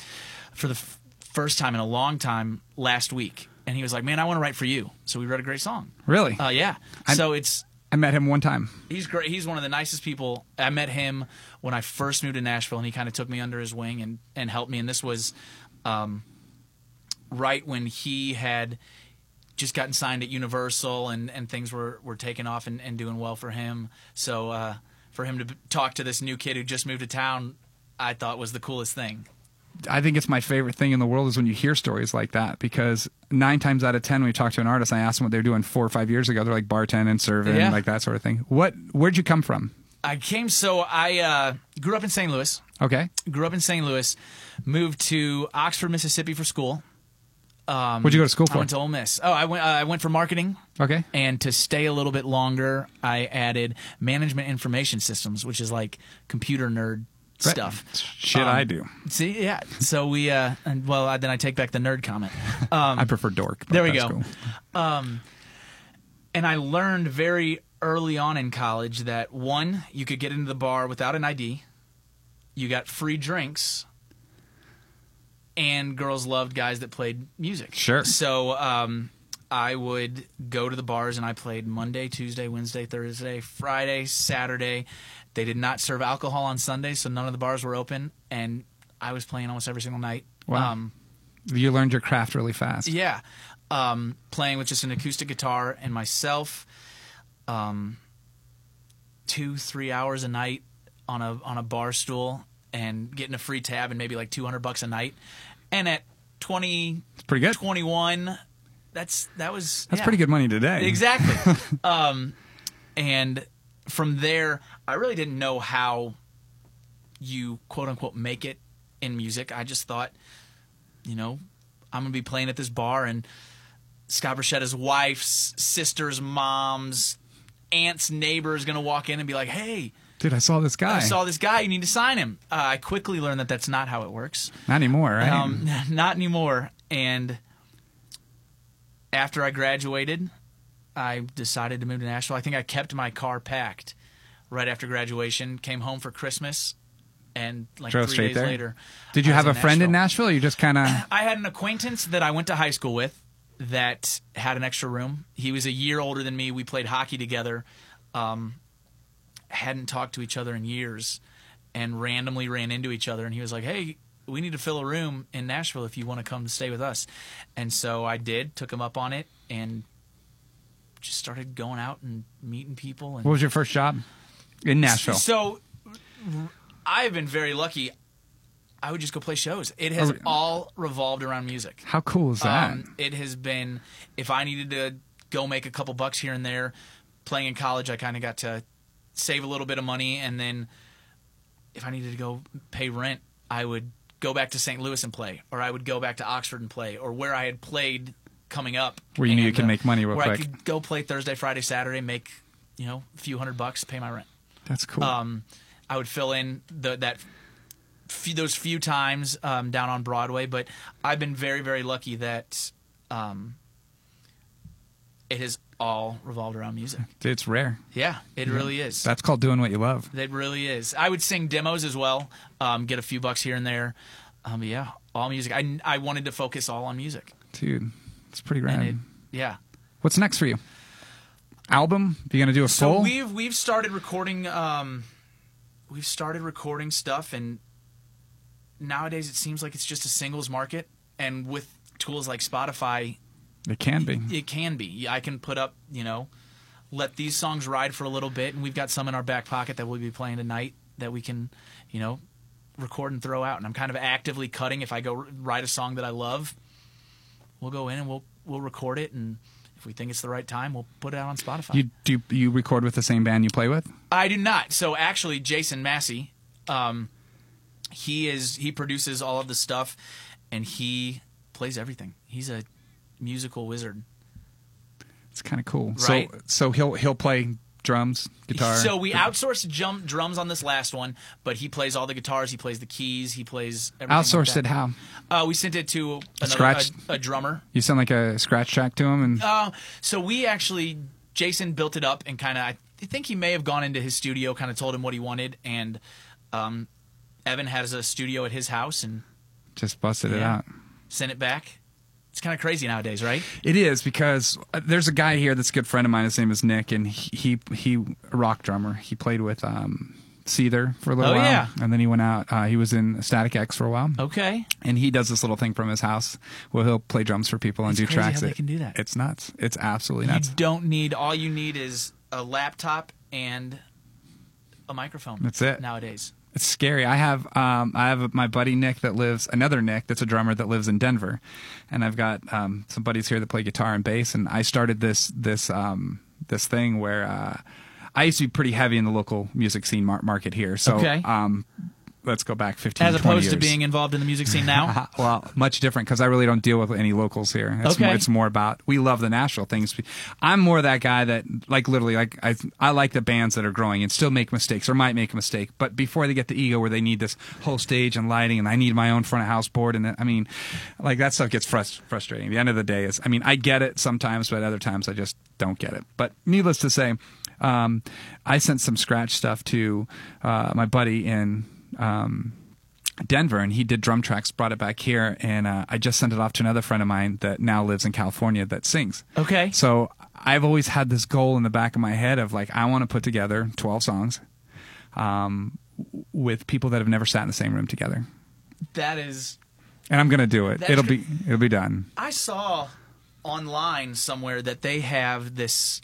for the f- first time in a long time last week." And he was like, "Man, I want to write for you." So we wrote a great song.
Really?
Uh, yeah. so it's
I met him one time.
he's great. He's one of the nicest people. I met him when I first moved to Nashville, and he kind of took me under his wing and and helped me. And this was, um, right when he had just gotten signed at Universal, and and things were were taking off and, and doing well for him. So uh, for him to b- talk to this new kid who just moved to town, I thought was the coolest thing.
I think it's my favorite thing in the world is when you hear stories like that because nine times out of ten when you talk to an artist, I ask them what they were doing four or five years ago. They're like bartending, serving,
Yeah.
like that sort of thing. What? Where'd you come from?
I came so I uh, grew up in St. Louis.
Okay,
Grew up in St. Louis, moved to Oxford, Mississippi for school.
what'd you go to school
Um, I
for?
went to Ole Miss. Oh, I went. Uh, I went for marketing.
okay,
And to stay a little bit longer, I added management information systems, which is like computer nerd stuff.
Shit,
Um,
I do.
See, yeah. So we, uh, and, well, I, then I take back the nerd comment.
I prefer dork. but
um, There we
that's
go. Um,
cool.
And I learned very early on in college that one, you could get into the bar without an ID, you got free drinks, and girls loved guys that played music.
Sure.
So um, I would go to the bars and I played Monday, Tuesday, Wednesday, Thursday, Friday, Saturday. They did not serve alcohol on Sunday, so none of the bars were open, and I was playing almost every single night. Um,
Wow. You learned your craft really fast.
Yeah, um, playing with just an acoustic guitar and myself, um, two three hours a night on a on a bar stool and getting a free tab and maybe like two hundred bucks a night, and at twenty
pretty good.
twenty one, that's that was
That's
yeah.
pretty good money today.
Exactly. um, and from there, I really didn't know how you quote unquote make it in music. I just thought, you know, I'm gonna be playing at this bar, and Scott Bruschetta's wife's sister's mom's aunt's neighbor is gonna walk in and be like, "Hey,
Dude, I saw this guy.
I saw this guy. You need to sign him." Uh, I quickly learned that that's not how it works.
Not anymore, right?
Um, not anymore. And after I graduated, I decided to move to Nashville. I think I kept my car packed right after graduation. Came home for Christmas, and like
Drove
three
straight
days
there?
later.
Did you
I was
have a friend in Nashville? Or you just kind of
I had an acquaintance that I went to high school with that had an extra room. He was a year older than me. We played hockey together. Um, hadn't talked to each other in years and randomly ran into each other. And he was like, Hey, we need to fill a room in Nashville if you want to come stay with us. And so I did, took him up on it, and just started going out and meeting people. And
what was your first job in Nashville?
so r- I've been very lucky. I would just go play shows. It has
Oh,
all revolved around music.
How cool is that?
Um, it has been. If I needed to go make a couple bucks here and there, playing in college, I kind of got to save a little bit of money, and then if I needed to go pay rent, I would go back to St. Louis and play, or I would go back to Oxford and play, or where I had played coming up,
Where you knew you
and, uh,
could make money real
where
quick.
I could go play Thursday, Friday, Saturday, make you know a few hundred bucks, pay my rent
That's cool.
um, I would fill in the, that few, those few times um, down on Broadway. But I've been very, very lucky that um, it has all revolved around music.
it's rare.
Yeah, Mm-hmm. it really is.
That's called doing what you love.
It really is. I would sing demos as well, um, get a few bucks here and there. Um, but yeah, all music. I, I wanted to focus all on music.
Dude, it's pretty
And
rad.
it, yeah.
What's next for you? Album? You gonna do a
So
full?
we've we've started recording. Um, we've started recording stuff, and nowadays it seems like it's just a singles market. And with tools like Spotify,
It can be.
it can be. I can put up, you know, let these songs ride for a little bit, and we've got some in our back pocket that we'll be playing tonight that we can, you know, record and throw out. And I'm kind of actively cutting. If I go r- write a song that I love, we'll go in and we'll we'll record it, and if we think it's the right time, we'll put it out on Spotify.
You do you record with the same band you play with?
I do not. So actually, Jason Massey, um, he is he produces all of the stuff, and he plays everything. He's a musical wizard.
It's kind of cool.
Right.
So so he'll he'll play drums, guitar.
So we outsourced jum- drums on this last one, but he plays all the guitars, he plays the keys, he plays everything.
outsourced it
like that.
how?
Uh, we sent it to another, a,
Scratch?
a drummer.
You sound like a scratch track to him, and
Uh, so we actually, Jason built it up and kind of, I think he may have gone into his studio, kind of told him what he wanted, and um, Evan has a studio at his house and
just busted it
yeah.
out.
sent it back. It's kind of crazy nowadays, right?
It is because uh, there's a guy here that's a good friend of mine. His name is Nick, and he he, he a rock drummer. He played with um, Seether for a little
Oh,
while,
yeah.
and then he went out. Uh, he was in Static X for a while,
Okay.
and he does this little thing from his house where he'll play drums for people and
It's
do
crazy
tracks.
how they
It-
can do that.
It's nuts. It's absolutely nuts.
You don't need, all you need is a laptop and a microphone.
That's it.
Nowadays.
It's scary. I have um, I have my buddy Nick that lives another Nick that's a drummer that lives in Denver, and I've got um, some buddies here that play guitar and bass. And I started this this um, this thing where uh, I used to be pretty heavy in the local music scene mar- market here. So
Okay.
um, let's go back fifteen.
as
20
opposed to
years.
being involved in the music scene now.
Uh, well, much different because I really don't deal with any locals here. It's,
Okay.
more, it's more about we love the national things. I'm more that guy that like literally like I I like the bands that are growing and still make mistakes or might make a mistake, but before they get the ego where they need this whole stage and lighting and I need my own front of house board and that- I mean, like that stuff gets frus- frustrating. The end of the day is I mean I get it sometimes, but other times I just don't get it. But needless to say. Um, I sent some scratch stuff to uh, my buddy in Denver, and he did drum tracks, brought it back here, and uh, I just sent it off to another friend of mine that now lives in California that sings.
Okay.
So I've always had this goal in the back of my head of like I want to put together twelve songs, um, w- with people that have never sat in the same room together,
That is,
and I'm gonna do it.
That's
it'll
cr-
be it'll be done.
I saw online somewhere that they have this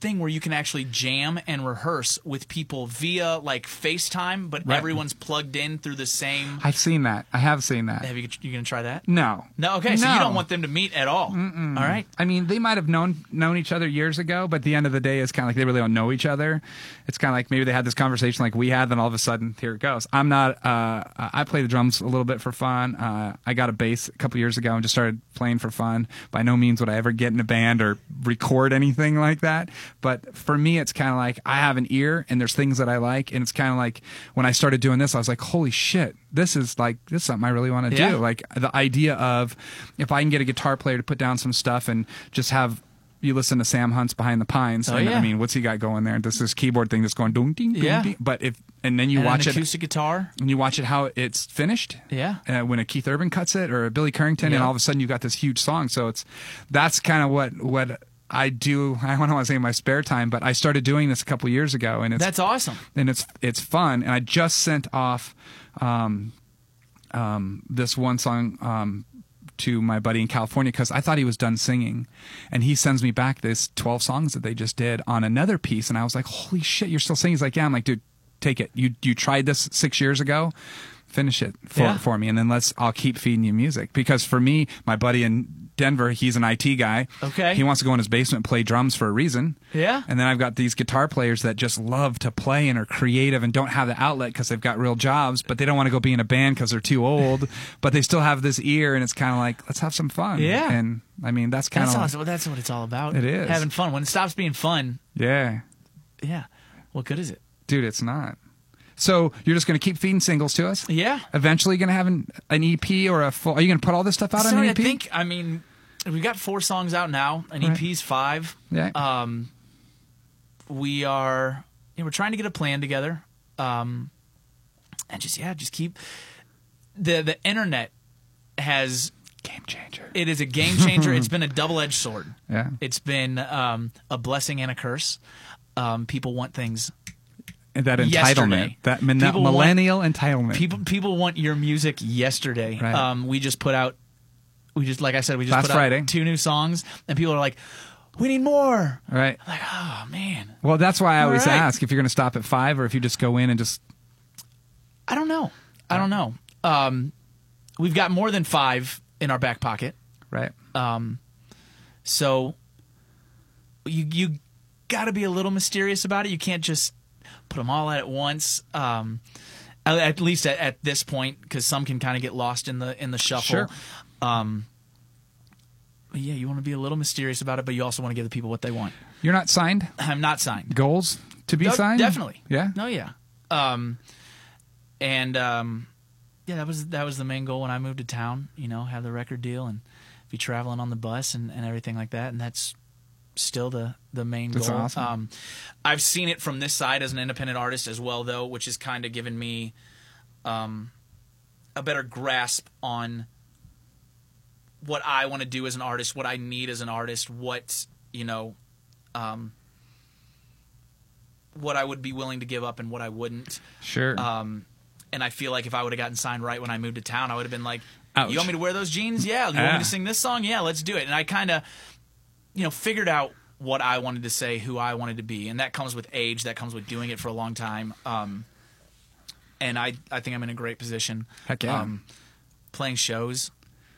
thing where you can actually jam and rehearse with people via like FaceTime, but
Right.
everyone's plugged in through the same.
I've seen that. I have seen that.
Have you? You gonna try that?
no.
No. Okay. So you don't want them to meet at all. All right.
I mean, they might have known known each other years ago, but at the end of the day, it's kind of like they really don't know each other. It's kind of like maybe they had this conversation like we had, then all of a sudden, here it goes. I'm not. Uh, I play the drums a little bit for fun. Uh, I got a bass a couple years ago and just started playing for fun. By no means would I ever get in a band or record anything like that. But for me, it's kind of like I have an ear and there's things that I like, and it's kind of like when I started doing this, I was like, holy shit, this is like this is something I really want to
Yeah.
do. Like like the idea of if I can get a guitar player to put down some stuff and just have you listen to Sam Hunt's Behind the Pines.
Oh,
and,
yeah.
I mean, what's he got going there? This is keyboard thing that's going ding ding ding.
Yeah.
ding. But if and then you
And
watch
an
it
acoustic guitar.
and you watch it how it's finished.
Yeah.
Uh, when a Keith Urban cuts it or a Billy Currington,
Yeah.
and all of a sudden you got this huge song. So it's that's kind of what what I do. I don't want to say in my spare time, but I started doing this a couple years ago, and it's
That's awesome.
and it's it's fun. And I just sent off um, um, this one song um, to my buddy in California because I thought he was done singing, and he sends me back this twelve songs that they just did on another piece, and I was like, "Holy shit, you're still singing!" He's like, "Yeah." I'm like, "Dude, take it. You you tried this six years ago." Finish it for,
Yeah.
for me, and then let's. I'll keep feeding you music because for me, my buddy in Denver, he's an IT guy.
Okay.
he wants to go in his basement and play drums for a reason.
Yeah.
And then I've got these guitar players that just love to play and are creative and don't have the outlet because they've got real jobs, but they don't want to go be in a band because they're too old, but they still have this ear and it's kind of like, let's have some fun.
Yeah.
And I mean, that's kind
That's
of,
awesome. That's what it's all about.
It is.
having fun. When it stops being fun,
yeah,
yeah. What good is it?
dude, it's not. So you're just going to keep feeding singles to us?
Yeah.
Eventually going to have an, an EP or a full, are you going to put all this stuff out
So
on E an
I
EP?
think I mean we got four songs out now. An
Right.
EP's five.
Yeah.
Um, we are you know, we're trying to get a plan together. Um, and just yeah, just keep the the internet has
Game changer.
it is a game changer. it's been a double edged sword.
yeah.
It's been um, a blessing and a curse. Um, people want things
that entitlement,
Yesterday.
that min-
People want-
millennial entitlement.
People people want your music yesterday.
Right.
Um, we just put out, we just like I said, we just
Last
put
Friday.
out two new songs, and people are like, "We need more."
right.
I'm like, oh man,
Well, that's why I
All
always
right.
ask if you're going to stop at five or if you just go in and just
I don't know. I don't know. Um, we've got more than five in our back pocket,
right.
Uh, so you you got to be a little mysterious about it. You can't just put them all out at once. Um, at, at least at, at this point, because some can kind of get lost in the in the shuffle.
Sure.
Um, but yeah, you want to be a little mysterious about it, but you also want to give the people what they want.
You're not signed.
I'm not signed.
Goals to be
No,
signed.
Definitely.
Yeah.
No, yeah. Um, and um, yeah, that was that was the main goal when I moved to town. You know, have the record deal and be traveling on the bus and, and everything like that. And that's still the the main
That's
goal.
awesome.
Um, I've seen it from this side as an independent artist as well, though, which has kind of given me um, a better grasp on what I want to do as an artist, what I need as an artist, what you know, um, what I would be willing to give up and what I wouldn't.
Sure.
Um, and I feel like if I would have gotten signed right when I moved to town, I would have been like,
Ouch.
"You want me to wear those jeans? Yeah. You
Ah.
want me to sing this song? Yeah. Let's do it." And I kind of, you know, figured out what I wanted to say, who I wanted to be, and that comes with age. That comes with doing it for a long time. Um, and I, I think I'm in a great position.
Heck yeah.
um, playing shows,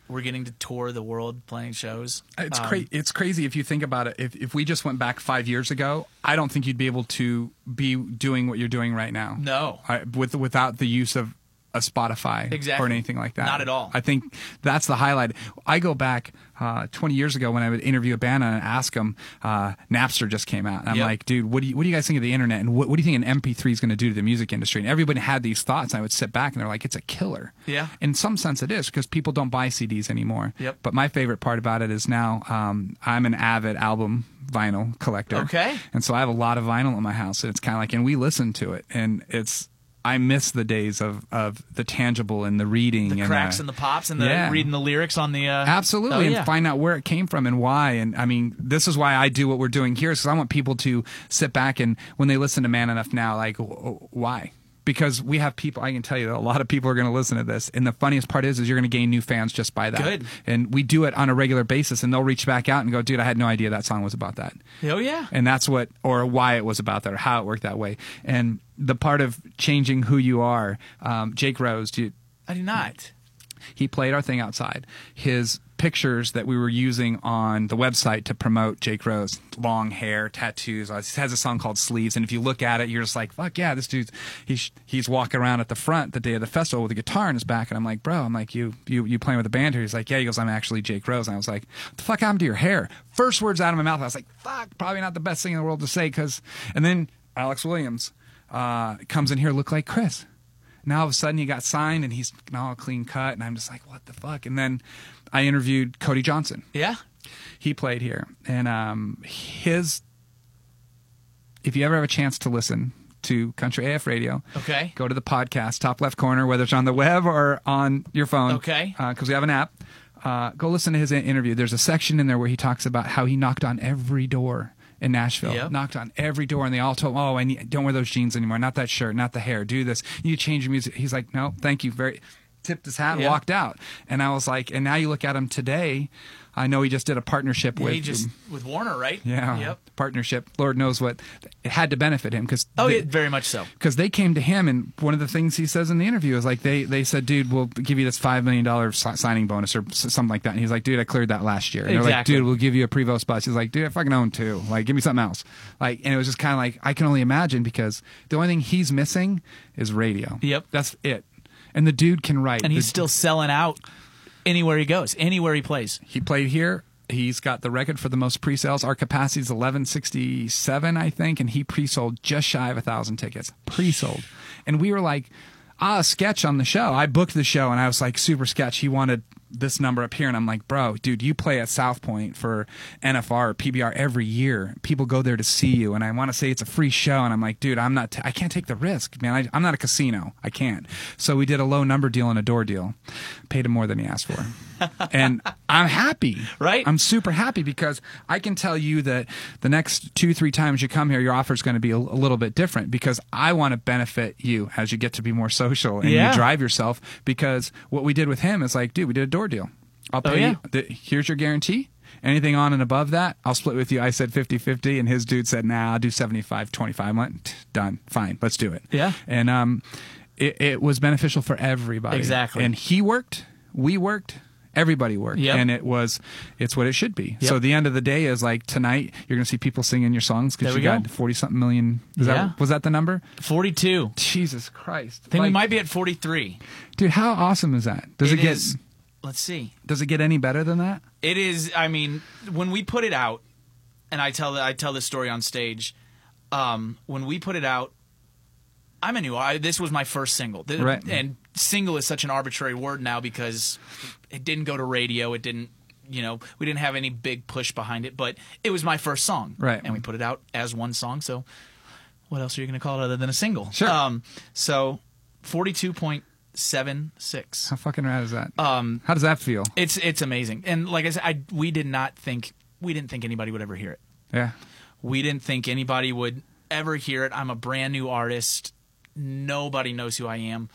we're getting to tour the world playing shows.
It's
Um,
cra- It's crazy if you think about it. If if we just went back five years ago, I don't think you'd be able to be doing what you're doing right now.
No.
I, with without the use of a Spotify
Oh. Exactly.
or anything like that.
Not at all.
I think that's the highlight. I go back uh, 20 years ago when I would interview a band and ask them, uh, Napster just came out, and I'm
Yep.
like, dude, what do you what do you guys think of the internet, and what, what do you think an MP3 is going to do to the music industry? And everybody had these thoughts. And I would sit back and they're like, it's a killer.
Yeah.
In some sense, it is because people don't buy CDs anymore.
Yep.
But my favorite part about it is now um, I'm an avid album vinyl collector.
Okay.
And so I have a lot of vinyl in my house, and it's kind of like, and we listen to it, and it's. I miss the days of, of the tangible and the reading,
the
and
cracks
the,
and the pops and the
Yeah.
reading the lyrics on the uh,
Absolutely,
Oh, yeah.
and find out where it came from and why. And I mean, this is why I do what we're doing here, because I want people to sit back and when they listen to Man Enough Now, like, w- w- why? Because we have people. I can tell you that a lot of people are going to listen to this, and the funniest part is, is you're going to gain new fans just by that.
Good.
And we do it on a regular basis, and they'll reach back out and go, "Dude, I had no idea that song was about that."
oh yeah.
and that's what or why it was about that or how it worked that way and the part of changing who you are um, jake rose do you,
I do not.
he played our thing outside his pictures that we were using on the website to promote jake rose long hair tattoos uh, he has a song called sleeves and if you look at it you're just like fuck yeah this dude's he's he's walking around at the front the day of the festival with a guitar in his back and i'm like bro i'm like you you you playing with a band here he's like yeah he goes i'm actually jake rose and i was like what the fuck happened to your hair first words out of my mouth i was like fuck probably not the best thing in the world to say because and then alex williams uh, comes in here look like chris now all of a sudden he got signed and he's all clean cut and i'm just like what the fuck and then i interviewed cody johnson
Yeah.
he played here and um, his if you ever have a chance to listen to country af radio
Okay.
go to the podcast top left corner whether it's on the web or on your phone
Okay.
because we have an app uh, go listen to his in- interview there's a section in there where he talks about how he knocked on every door in Nashville,
Yep.
knocked on every door, and they all told him, "Oh, I need, don't wear those jeans anymore. Not that shirt. Not the hair. Do this. You need to change your music." He's like, "No, thank you." Very tipped his hat, and
Yeah.
walked out, and I was like, "And now you look at him today. I know he just did a partnership
Yeah,
with
he just with Warner, right?
yeah
Yep.
partnership. Lord knows what it had to benefit him because
Oh, yeah, very much so.
because they came to him and one of the things he says in the interview is like they they said dude we'll give you this five million dollar si- signing bonus or s- something like that and he's like dude I cleared that last year and they're like
Exactly.
dude we'll give you a Prevost bus he's like dude I fucking own two like give me something else like and it was just kind of like I can only imagine because the only thing he's missing is radio
Yep.
that's it and the dude can write
And he's
The-
still selling out anywhere he goes, anywhere he plays.
he played here. He's got the record for the most pre-sales. Our capacity is 1167, I think, and he pre-sold just shy of a thousand tickets. Pre-sold, and we were like, ah, sketch on the show. I booked the show, and I was like, super sketch. He wanted this number up here and I'm like, bro, dude, you play at South Point for NFR, PBR every year. People go there to see you, and I want to say it's a free show, and I'm like, dude, I'm not, t- I can't take the risk, man. I, I'm not a casino, I can't. So we did a low number deal and a door deal, paid him more than he asked for, and I'm happy,
Right.
I'm super happy because I can tell you that the next two, three times you come here, your offer is going to be a, a little bit different because I want to benefit you as you get to be more social and
Yeah.
you drive yourself. Because what we did with him is like, dude, we did a door deal. I'll
Oh,
pay
yeah.
you. th- here's your guarantee. Anything on and above that, I'll split with you. I said 50 50, and his dude said, nah, I'll do 75 25. I went, done. Fine. Let's do it.
Yeah.
And um, it, it was beneficial for everybody.
Exactly.
And he worked, we worked, everybody worked.
Yep.
And it was, it's what it should be.
Yep.
So the end of the day is like tonight, you're going to see people singing your songs
There
because
we
you
go.
got 40 something million. Is
Yeah.
that, was that the number?
42. I
Jesus Christ.
think we
Like,
might be at 43.
Dude, how awesome is that? Does it, get,
is- Let's see.
does it get any better than that?
It is. I mean, when we put it out, and I tell I tell this story on stage. Um, when we put it out, I'm a new. I, this was my first single, Th-
Right.
and single is such an arbitrary word now because it didn't go to radio. It didn't. You know, we didn't have any big push behind it, but it was my first song,
Right.
And we put it out as one song. So, what else are you going to call it other than a single?
Sure.
Um, so, forty-two point seven six.
How fucking rad is that? Um, how does that feel?
It's it's amazing. And like I said, I we did not think we didn't think anybody would ever hear it.
Yeah.
We didn't think anybody would ever hear it. I'm a brand new artist. Nobody knows who I am.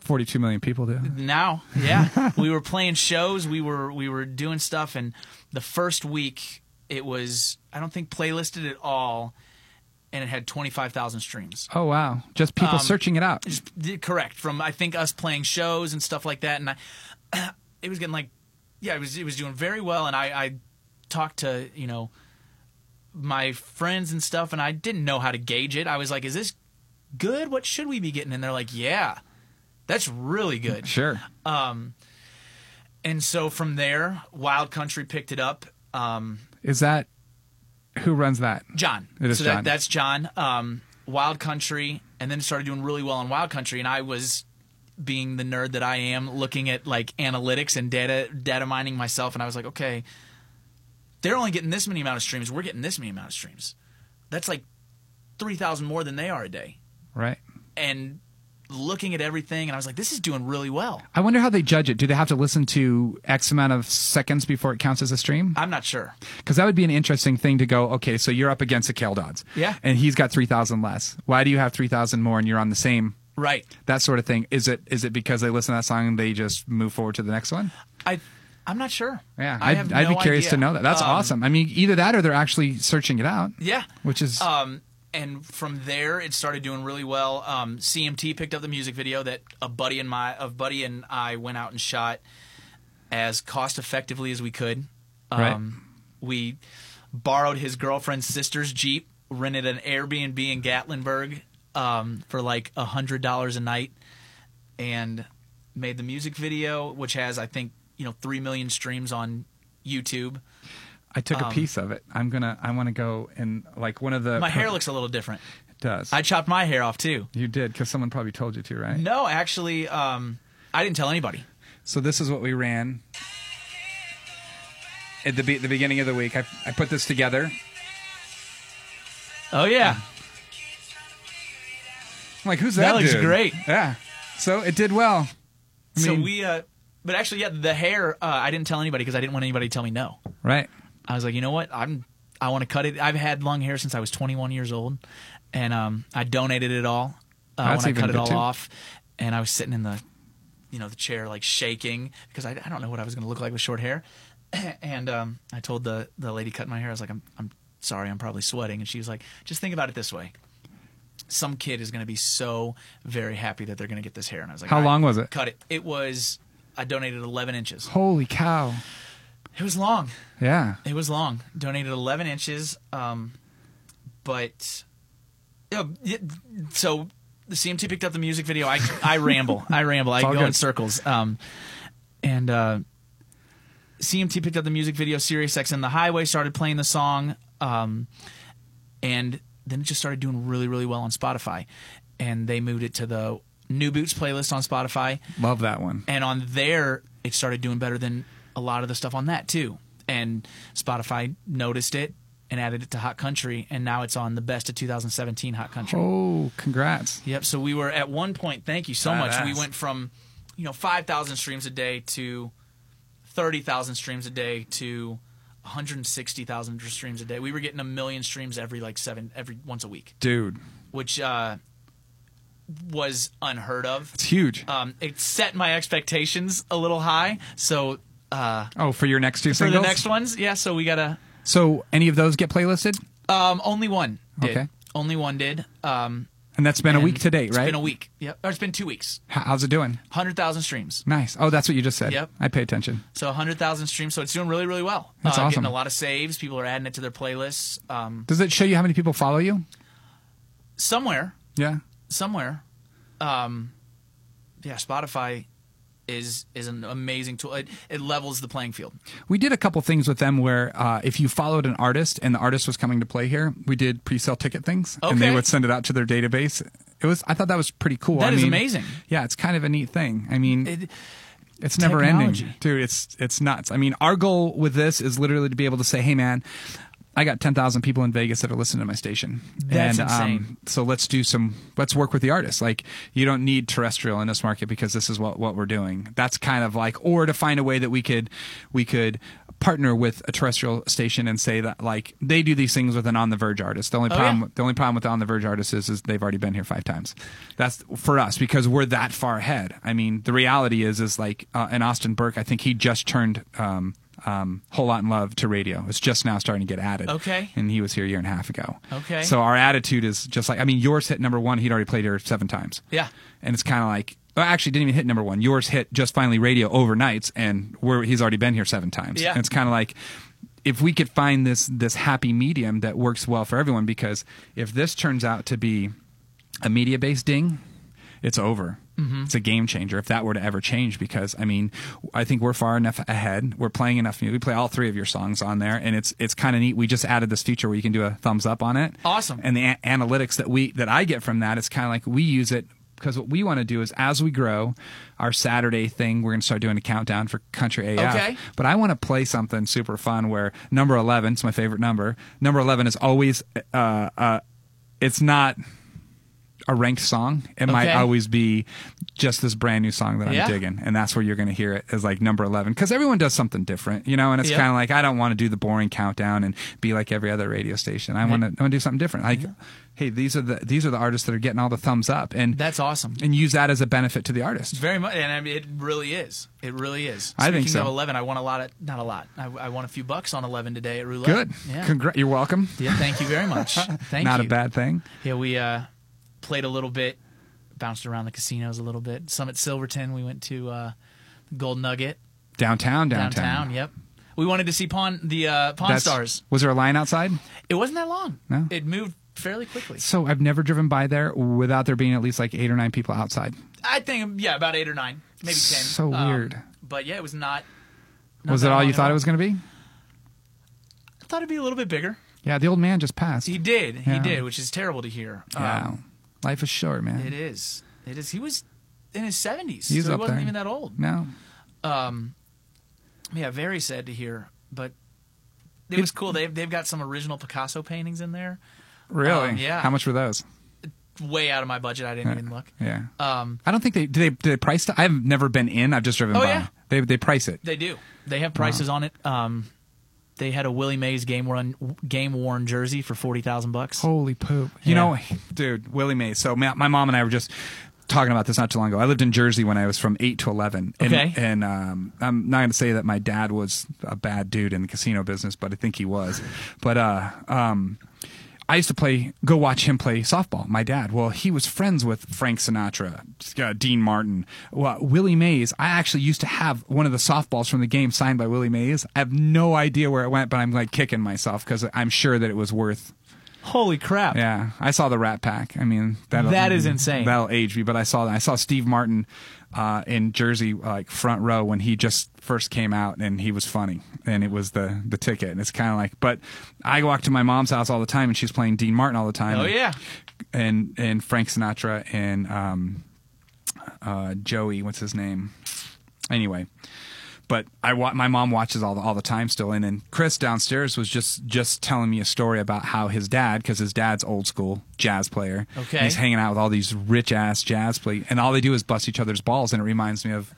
42 million people do.
Now, yeah, we were playing shows, we were we were doing stuff and the first week it was I don't think playlisted at all and it had 25,000 streams.
Oh, wow. Just people searching it out.
Um, Just- d- correct from I think us playing shows and stuff like that, and I, it was getting like, yeah, it was it was doing very well, and I I talked to you know my friends and stuff, and I didn't know how to gauge it. I was like, is this good? What should we be getting? And they're like, yeah, that's really good.
Sure.
And so from there, Wild Country picked it up. Um,
Is that who runs that?
John.
It is
so
John.
That, that's John. Um, Wild Country, and then started doing really well in Wild Country, and I was being the nerd that I am, looking at like analytics and data data mining myself, and I was like, okay, they're only getting this many amount of streams. We're getting this many amount of streams. That's like three thousand more than they are a day.
Right.
And looking at everything, and I was like, this is doing really well.
I wonder how they judge it. Do they have to listen to X amount of seconds before it counts as a stream?
I'm not sure.
Because that would be an interesting thing to go, okay, so you're up against a Kale Dodds.
Yeah.
And he's got 3,000 less. Why do you have 3,000 more and you're on the same?
Right.
That sort of thing. Is it is it because they listen to that song and they just move forward to the next one?
I I'm not sure.
Yeah,
I
I'd,
have
I'd
no
be curious to
idea.
know that. That's
Um,
awesome. I mean, either that or they're actually searching it out.
Yeah.
Which is
Um, and from there, it started doing really well. Um, CMT picked up the music video that a buddy and my a buddy and I went out and shot as cost effectively as we could. Um, We borrowed his girlfriend's sister's jeep, rented an Airbnb in Gatlinburg um, for like a hundred dollars a night, and made the music video, which has I think you know three million streams on YouTube.
I took a piece of it. I'm gonna. I want to go and like one of the.
Um, My hair looks a little different.
It does.
I chopped my hair off too.
you did because someone probably told you to, right?
No, actually, um, I didn't tell anybody.
So this is what we ran at the be- the beginning of the week. I I put this together.
Oh yeah,
I'm like, who's that?
That looks
dude?
great.
Yeah. So it did well. I
so
mean-
we. Uh, but actually, yeah, the hair. Uh, I didn't tell anybody because I didn't want anybody to tell me no.
Right.
I was like, you know what? I'm. I want to cut it. I've had long hair since I was 21 years old, and um, I donated it all uh,
That's
when I
even
cut it
good,
all
too.
off. And I was sitting in the, you know, the chair like shaking because I, I don't know what I was going to look like with short hair. and um, I told the the lady cutting my hair, I was like, I'm I'm sorry, I'm probably sweating. And she was like, just think about it this way. Some kid is going to be so very happy that they're going to get this hair. And I was like,
How
"All right,
long was it?"
Cut it. It was. I donated 11 inches.
Holy cow.
It was long.
Yeah.
It was long. Donated 11 inches. Um, but yeah, y- so the CMT picked up the music video. I I ramble. I ramble. I
It's
go
all
in
good.
circles. Um, and uh, CMT picked up the music video. Sirius X and the Highway started playing the song. Um, and then it just started doing really really well on Spotify, and they moved it to the New Boots playlist on Spotify,
Love that one.
and on there it started doing better than a lot of the stuff on that too. And Spotify noticed it and added it to Hot Country, and now it's on the best of 2017 Hot Country.
Oh, congrats.
Yep. So we were at one point. Thank you so much. We
Badass.
went from, you know, five thousand streams a day to thirty thousand streams a day to one hundred sixty thousand streams a day. We were getting a million streams every like seven every once a week,
Dude,
which uh, was unheard of.
it's huge.
Um, it set my expectations a little high. So uh,
oh, for your next two
for the
singles?
next ones, yeah. So we gotta
So any of those get playlisted?
um, only one. Did.
Okay.
Only one did. Um,
And that's been a
and
week to date,
it's
right?
Been a week. Yep. Or it's been two weeks.
H- How's it doing?
Hundred thousand streams.
Nice. Oh, that's what you just said.
Yep.
I pay attention.
So 100,000 streams. So it's doing really, really well.
That's
uh,
awesome.
Getting a lot of saves. People are adding it to their playlists. Um,
Does it show you how many people follow you?
somewhere,
Yeah.
somewhere, um, yeah, Spotify is is an amazing tool. It, it levels the playing field.
We did a couple things with them where uh, if you followed an artist and the artist was coming to play here, we did pre-sale ticket things, and they
Okay.
would send it out to their database. It was I thought that was pretty cool.
That
I
is
mean,
amazing.
Yeah, it's kind of a neat thing. I mean,
It-
it's never ending,
technology.
dude. It's it's nuts. I mean, our goal with this is literally to be able to say, hey, man. I got ten thousand people in Vegas that are listening to my station,
That's
and
insane.
Um, so let's do some. Let's work with the artists. Like you don't need terrestrial in this market because this is what what we're doing. That's kind of like, or to find a way that we could we could partner with a terrestrial station and say that like they do these things with an on the verge artist. The only
Oh,
problem
yeah.
the only problem with the on the verge artists is, is they've already been here five times. That's for us because we're that far ahead. I mean, the reality is is like uh, and Austin Burke, I think he just turned um, um, whole lot in love to radio. It's just now starting to get added.
Okay.
and he was here a year and a half ago.
Okay.
so our attitude is just like I mean, yours hit number one. He'd already played here seven times.
Yeah.
and it's kind of like. Well, actually, didn't even hit number one. Yours hit just finally radio overnights, and we're, he's already been here seven times.
Yeah.
And it's kind of like if we could find this this happy medium that works well for everyone, because if this turns out to be a media based ding, it's over.
Mm-hmm.
It's a game changer if that were to ever change. Because I mean, I think we're far enough ahead. We're playing enough. music. We play all three of your songs on there, and it's it's kind of neat. We just added this feature where you can do a thumbs up on it.
Awesome.
And the a- analytics that we that I get from that, it's kind of like we use it because what we want to do is as we grow our Saturday thing, we're going to start doing a countdown for country AF.
Okay.
But I want to play something super fun where number 11, it's my favorite number. Number 11 is always, uh, uh, it's not a ranked song. It might
Okay.
always be just this brand new song that I'm
Yeah.
digging. And that's where you're going to hear it as like number 11. Cause everyone does something different, you know, and it's
Yeah.
kind of like, I don't want to do the boring countdown and be like every other radio station. I want to, I want to do something different. Like, Hey, these are the, these are the artists that are getting all the thumbs up and
That's awesome.
and use that as a benefit to the artist.
Very much, and I mean, it really is. It really is.
I think
Speaking of
so.
eleven, I won a lot of not a lot. I, I won a few bucks on eleven today at roulette.
Good.
Yeah.
Congra- you're welcome.
yeah. Thank you very much. Thank
Not
you.
a bad thing.
Yeah, we uh, played a little bit, bounced around the casinos a little bit. Summit Silverton, we went to uh, Gold Nugget
Downtown, downtown.
downtown. Yep, we wanted to see Pawn the uh, Pawn
That's-
Stars.
Was there a line outside?
It wasn't that long.
No?
It moved fairly quickly.
So I've never driven by there without there being at least like eight or nine people outside.
I think yeah, about eight or nine, maybe ten. Um,
So weird.
But yeah, it was not. not
Was
that
it all
long
you
at
thought it was going to be?
I thought it'd be a little bit bigger.
Yeah, the old man just passed.
He uh, did. He
Yeah.
did, which is terrible to hear. Um,
wow. Life is short, man.
it is. It is. He was in his seventies.
He's
so he
up
wasn't
there.
even that old.
No.
Um, yeah, very sad to hear, but it was cool. They've they've got some original Picasso paintings in there.
Really?
Um, yeah.
How much were those?
Way out of my budget. I didn't even look.
Yeah.
Um,
I don't think they do they do they price it? I've never been in. I've just driven
Oh,
by.
yeah.
They they price it.
they do. They have prices on it. Um, they had a Willie Mays game run game worn jersey for forty thousand bucks.
Holy poop. You
Yeah.
know, dude, Willie Mays. So my, my mom and I were just talking about this not too long ago. I lived in Jersey when I was from 8 to 11. And,
Okay.
And um, I'm not going to say that my dad was a bad dude in the casino business, but I think he was. But uh, um, I used to play, go watch him play softball, my dad. Well, he was friends with Frank Sinatra, uh, Dean Martin, well, Willie Mays. I actually used to have one of the softballs from the game signed by Willie Mays. I have no idea where it went, but I'm like kicking myself because I'm sure that it was worth
Holy crap!
yeah, I saw the Rat Pack. I mean, that'll,
That is insane.
That'll age me. But I saw that. I saw Steve Martin uh, in Jersey, like front row, when he just first came out, and he was funny, and it was the the ticket. And it's kind of like, but I walk to my mom's house all the time, and she's playing Dean Martin all the time.
Oh yeah.
and and Frank Sinatra and um, uh, Joey. What's his name? Anyway, but I wa- my mom watches all the, all the time still. And then Chris downstairs was just just telling me a story about how his dad, because his dad's old school jazz player,
Okay.
and he's hanging out with all these rich ass jazz play, and all they do is bust each other's balls, and it reminds me of.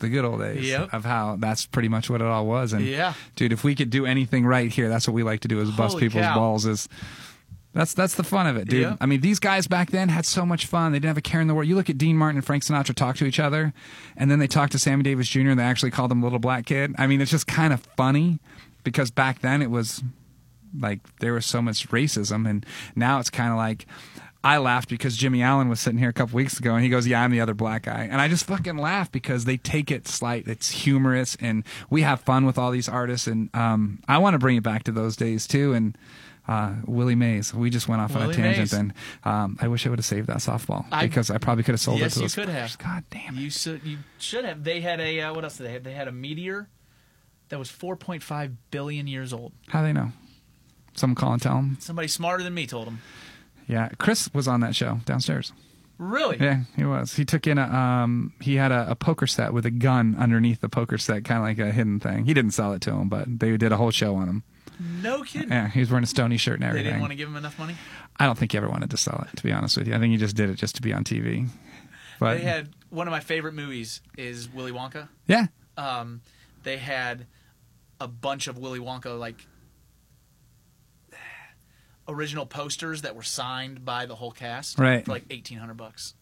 The good old days
Yep.
of how that's pretty much what it all was, and
Yeah.
dude, if we could do anything right here, that's what we like to do is bust
Holy
people's
cow.
balls. Is that's that's the fun of it, dude.
Yeah.
I mean, these guys back then had so much fun. They didn't have a care in the world. You look at Dean Martin and Frank Sinatra talk to each other, and then they talk to Sammy Davis Jr. and they actually called him Little Black Kid. I mean, it's just kind of funny because back then it was like there was so much racism, and now it's kind of like. I laughed because Jimmy Allen was sitting here a couple weeks ago, and he goes, "Yeah, I'm the other black guy," and I just fucking laugh because they take it slight. It's humorous, and we have fun with all these artists, and um, I want to bring it back to those days too. And uh, Willie Mays. We just went off on a
Willie
tangent
Mays.
then. Um, I wish I would have saved that softball
I-
because I probably could have sold
Yes,
it to
you
those
could have.
fuckers. God damn it.
You should, you should have. They had a uh, what else did they have? They had a meteor that was 4.5 billion years old.
How do they know? Someone call and tell them.
Somebody smarter than me told them.
Yeah, Chris was on that show downstairs.
Really?
Yeah, he was. He took in a um, he had a, a poker set with a gun underneath the poker set, kind of like a hidden thing. He didn't sell it to him, but they did a whole show on him.
No kidding.
Yeah, he was wearing a stony shirt and
They
everything.
didn't want to give him enough money.
I don't think he ever wanted to sell it, to be honest with you. I think he just did it just to be on TV. But
They had one of my favorite movies is Willy Wonka.
yeah,
Um, they had a bunch of Willy Wonka like original posters that were signed by the whole cast
Right.
for like 1800 bucks.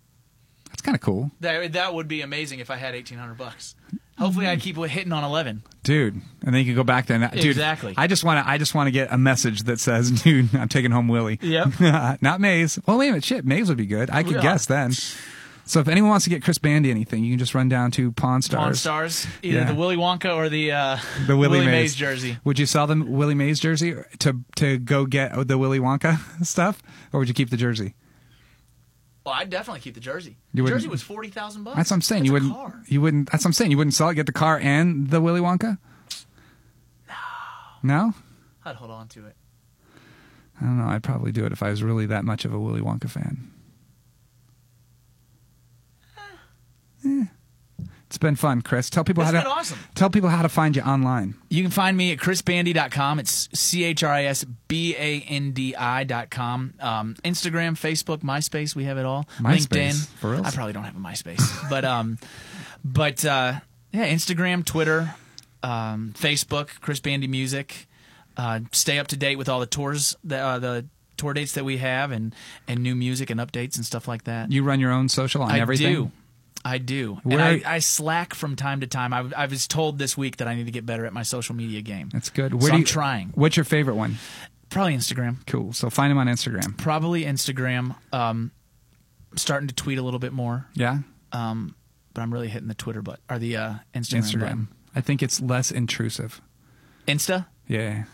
that's kind of cool,
That that would be amazing if I had 1800 bucks. Hopefully I'd keep hitting on 11.
dude. And then you can go back there. And, dude,
Exactly.
I just want to. I just want to get a message that says, "Dude, I'm taking home Willie."
Yep.
Not Maze. Well, wait a minute. Shit, Maze would be good. I could
Yeah.
guess then. So if anyone wants to get Chris Bandy anything, you can just run down to Pawn Stars.
Pawn Stars, either
Yeah.
the Willy Wonka or the uh,
The Willie,
Mays.
Mays.
jersey.
Would you sell them Willie Mays jersey to to go get the Willy Wonka stuff, or would you keep the jersey?
Well, I'd definitely keep the jersey.
You wouldn't-
jersey was forty thousand bucks.
That's what I'm saying.
That's
you
a
wouldn't.
car.
You wouldn't. That's what I'm saying. You wouldn't sell it. Get the car and the Willy Wonka. No. No.
I'd hold on to it.
I don't know. I'd probably do it if I was really that much of a Willy Wonka fan.
Eh.
Yeah. Eh. It's been fun, Chris. Tell people
It's
how
been
to
awesome.
tell people how to find you online.
You can find me at chrisbandy.com. It's C H R I S B A N D I.com. Um, Instagram, Facebook, MySpace, we have it all.
MySpace,
LinkedIn.
for reals?
I probably don't have a MySpace. but um, but uh, yeah, Instagram, Twitter, um, Facebook, Chris Bandy Music. Uh, stay up to date with all the tours, the, uh, the tour dates that we have and, and new music and updates and stuff like that.
You run your own social on
I
everything.
do. I do.
Where-
and I, I slack from time to time. I, I was told this week that I need to get better at my social media game.
That's good.
So
do
I'm
you-
trying.
What's your favorite one?
Probably Instagram.
Cool. So find him on Instagram.
Probably Instagram. Um, starting to tweet a little bit more,
Yeah,
um, but I'm really hitting the Twitter but or the uh, Instagram.
Instagram.
button.
I think it's less intrusive.
Insta.
Yeah.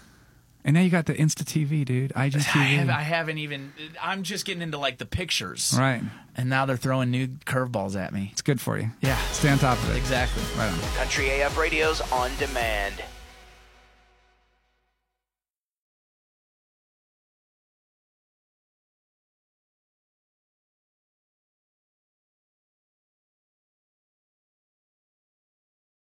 And now you got the Insta TV, dude. IGTV.
I, have, I haven't even. I'm just getting into like the pictures,
right.
and now they're throwing new curveballs at me.
It's good for you.
Yeah.
Stay on top of it.
Exactly.
Right on.
Country AF Radio's on demand.